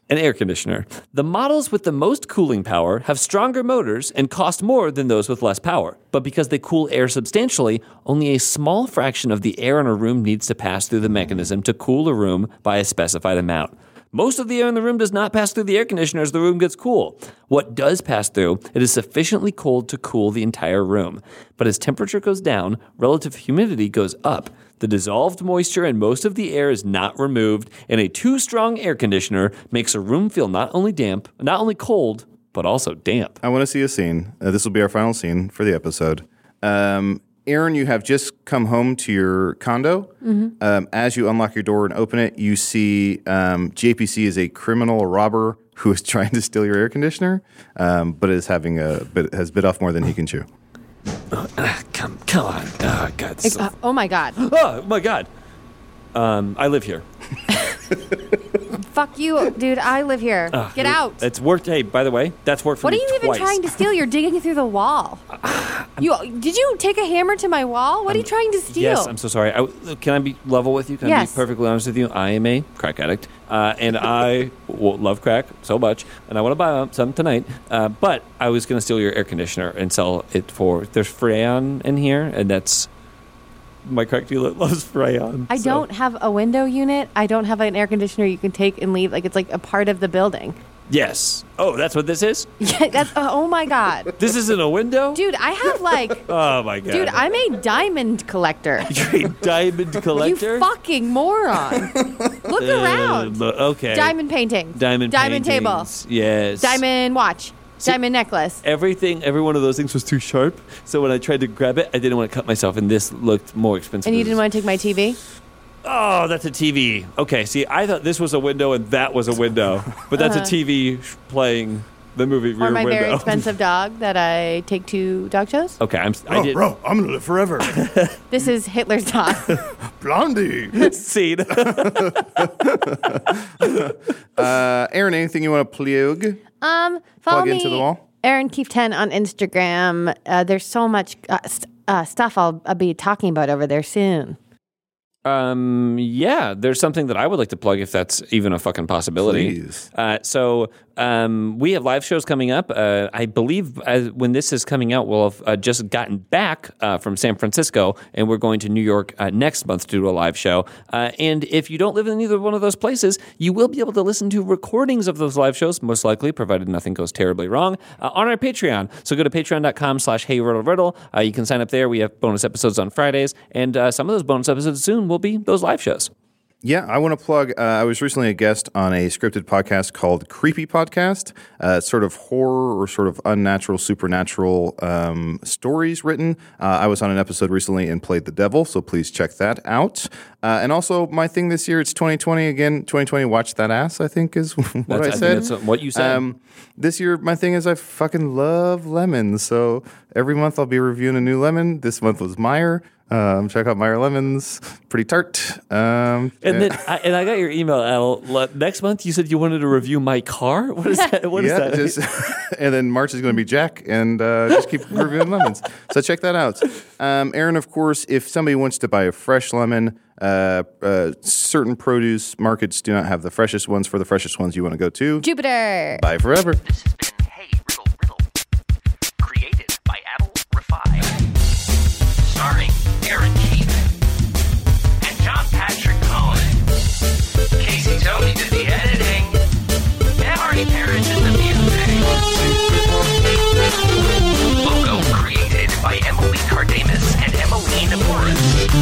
[SPEAKER 3] An air conditioner. The models with the most cooling power have stronger motors and cost more than those with less power. But because they cool air substantially, only a small fraction of the air in a room needs to pass through the mechanism to cool a room by a specified amount. Most of the air in the room does not pass through the air conditioner as the room gets cool. What does pass through, it is sufficiently cold to cool the entire room. But as temperature goes down, relative humidity goes up. The dissolved moisture and most of the air is not removed, and a too strong air conditioner makes a room feel not only damp, not only cold, but also damp.
[SPEAKER 2] I want to see a scene. Uh, this will be our final scene for the episode. Um, Aaron, you have just come home to your condo. Um, as you unlock your door and open it, you see um, JPC is a criminal robber who is trying to steal your air conditioner, um, but is having a bit, has bit off more than he can chew.
[SPEAKER 3] Come, come on. Oh, God.
[SPEAKER 4] Ex- uh, oh my God.
[SPEAKER 3] Oh, my God. Um, I live here.
[SPEAKER 4] Fuck you, dude. I live here. Get out.
[SPEAKER 3] It's worked. Hey, by the way, that's worked for
[SPEAKER 4] What are
[SPEAKER 3] me
[SPEAKER 4] you even
[SPEAKER 3] twice.
[SPEAKER 4] trying to steal? You're digging through the wall.
[SPEAKER 5] You did you take a hammer to my wall? What are you trying to steal?
[SPEAKER 3] Yes, I'm so sorry. I, can I be level with you? Can
[SPEAKER 5] Yes.
[SPEAKER 3] I be perfectly honest with you? I am a crack addict, uh, and I w- love crack so much, and I want to buy some tonight. Uh, but I was going to steal your air conditioner and sell it for. There's Freon in here, and that's my crack dealer loves Freon.
[SPEAKER 4] I
[SPEAKER 3] so-
[SPEAKER 4] don't have a window unit. I don't have an air conditioner you can take and leave. Like it's like a part of the building.
[SPEAKER 3] Yes. Oh, that's what this is.
[SPEAKER 4] Yeah, that's oh my god,
[SPEAKER 3] This isn't a window.
[SPEAKER 4] dude. I have like,
[SPEAKER 3] Oh my god.
[SPEAKER 4] dude, I'm a diamond collector.
[SPEAKER 3] You're a diamond collector.
[SPEAKER 4] You fucking moron. Look
[SPEAKER 3] Uh,
[SPEAKER 4] around.
[SPEAKER 3] lo- okay.
[SPEAKER 4] Diamond paintings.
[SPEAKER 3] Diamond.
[SPEAKER 4] Diamond table.
[SPEAKER 3] paintings. Yes.
[SPEAKER 4] Diamond watch. diamond necklace.
[SPEAKER 3] everything, every one of those things was too sharp. So when I tried to grab it, I didn't want to cut myself, and this looked more expensive.
[SPEAKER 4] And you didn't want to take my TV?
[SPEAKER 3] Oh, that's a TV. Okay, see, I thought this was a window and that was a window, but that's a TV playing the movie
[SPEAKER 4] Or
[SPEAKER 3] Rear
[SPEAKER 4] Uh-huh. my
[SPEAKER 3] Window.
[SPEAKER 4] very expensive dog that I take to dog shows?
[SPEAKER 3] Okay, I'm. I
[SPEAKER 4] Oh.
[SPEAKER 3] did
[SPEAKER 8] bro, I'm gonna live forever.
[SPEAKER 4] This is Hitler's dog.
[SPEAKER 8] Blondie.
[SPEAKER 3] scene.
[SPEAKER 2] Uh, Aaron, anything you want to plug?
[SPEAKER 4] Um, follow
[SPEAKER 2] Plug
[SPEAKER 4] me,
[SPEAKER 2] into the wall?
[SPEAKER 4] Aaron Keefe ten on Instagram. Uh, there's so much uh, st- uh, stuff I'll, I'll be talking about over there soon.
[SPEAKER 3] Um, yeah, there's something that I would like to plug if that's even a fucking possibility.
[SPEAKER 2] Please.
[SPEAKER 3] Uh, so um, we have live shows coming up. Uh, I believe uh when this is coming out, we'll have uh, just gotten back uh, from San Francisco, and we're going to New York uh, next month to do a live show. Uh, and if you don't live in either one of those places, you will be able to listen to recordings of those live shows, most likely, provided nothing goes terribly wrong, uh, on our Patreon. So go to patreon.com slash hey riddle riddle. Uh, you can sign up there. We have bonus episodes on Fridays, and uh, some of those bonus episodes soon will be those live shows.
[SPEAKER 2] Yeah, I want to plug. Uh, I was recently a guest on a scripted podcast called Creepy Podcast. Uh, it's sort of horror or sort of unnatural, supernatural um, stories written. Uh, I was on an episode recently and played the devil, so please check that out. Uh, and also, my thing this year, it's 2020 again. 2020, watch that ass. I think is what
[SPEAKER 3] That's-
[SPEAKER 2] I,
[SPEAKER 3] I think
[SPEAKER 2] said.
[SPEAKER 3] that's what you said.
[SPEAKER 2] Um, this year, my thing is I fucking love lemons. So every month I'll be reviewing a new lemon. This month was Meyer. Um, check out Meyer lemons, pretty tart. Um,
[SPEAKER 3] And
[SPEAKER 2] yeah.
[SPEAKER 3] then, I, and I got your email, Al. Le- Next month, you said you wanted to review my car. What is that? What is
[SPEAKER 2] yeah,
[SPEAKER 3] that?
[SPEAKER 2] just and then March is going to be Jack, and uh, just keep reviewing lemons. So check that out, um, Aaron. Of course, if somebody wants to buy a fresh lemon, uh, uh, certain produce markets do not have the freshest ones. For the freshest ones, you want to go to
[SPEAKER 4] Jupiter.
[SPEAKER 2] buy forever.
[SPEAKER 1] This has been Hey Riddle Riddle, created by Adel Rafai, starring Aaron Keith and John Patrick Cohen. Casey Tony did the editing, and Marty Parrish did the music. Logo created by Emily Cardamus and Emily Naporis.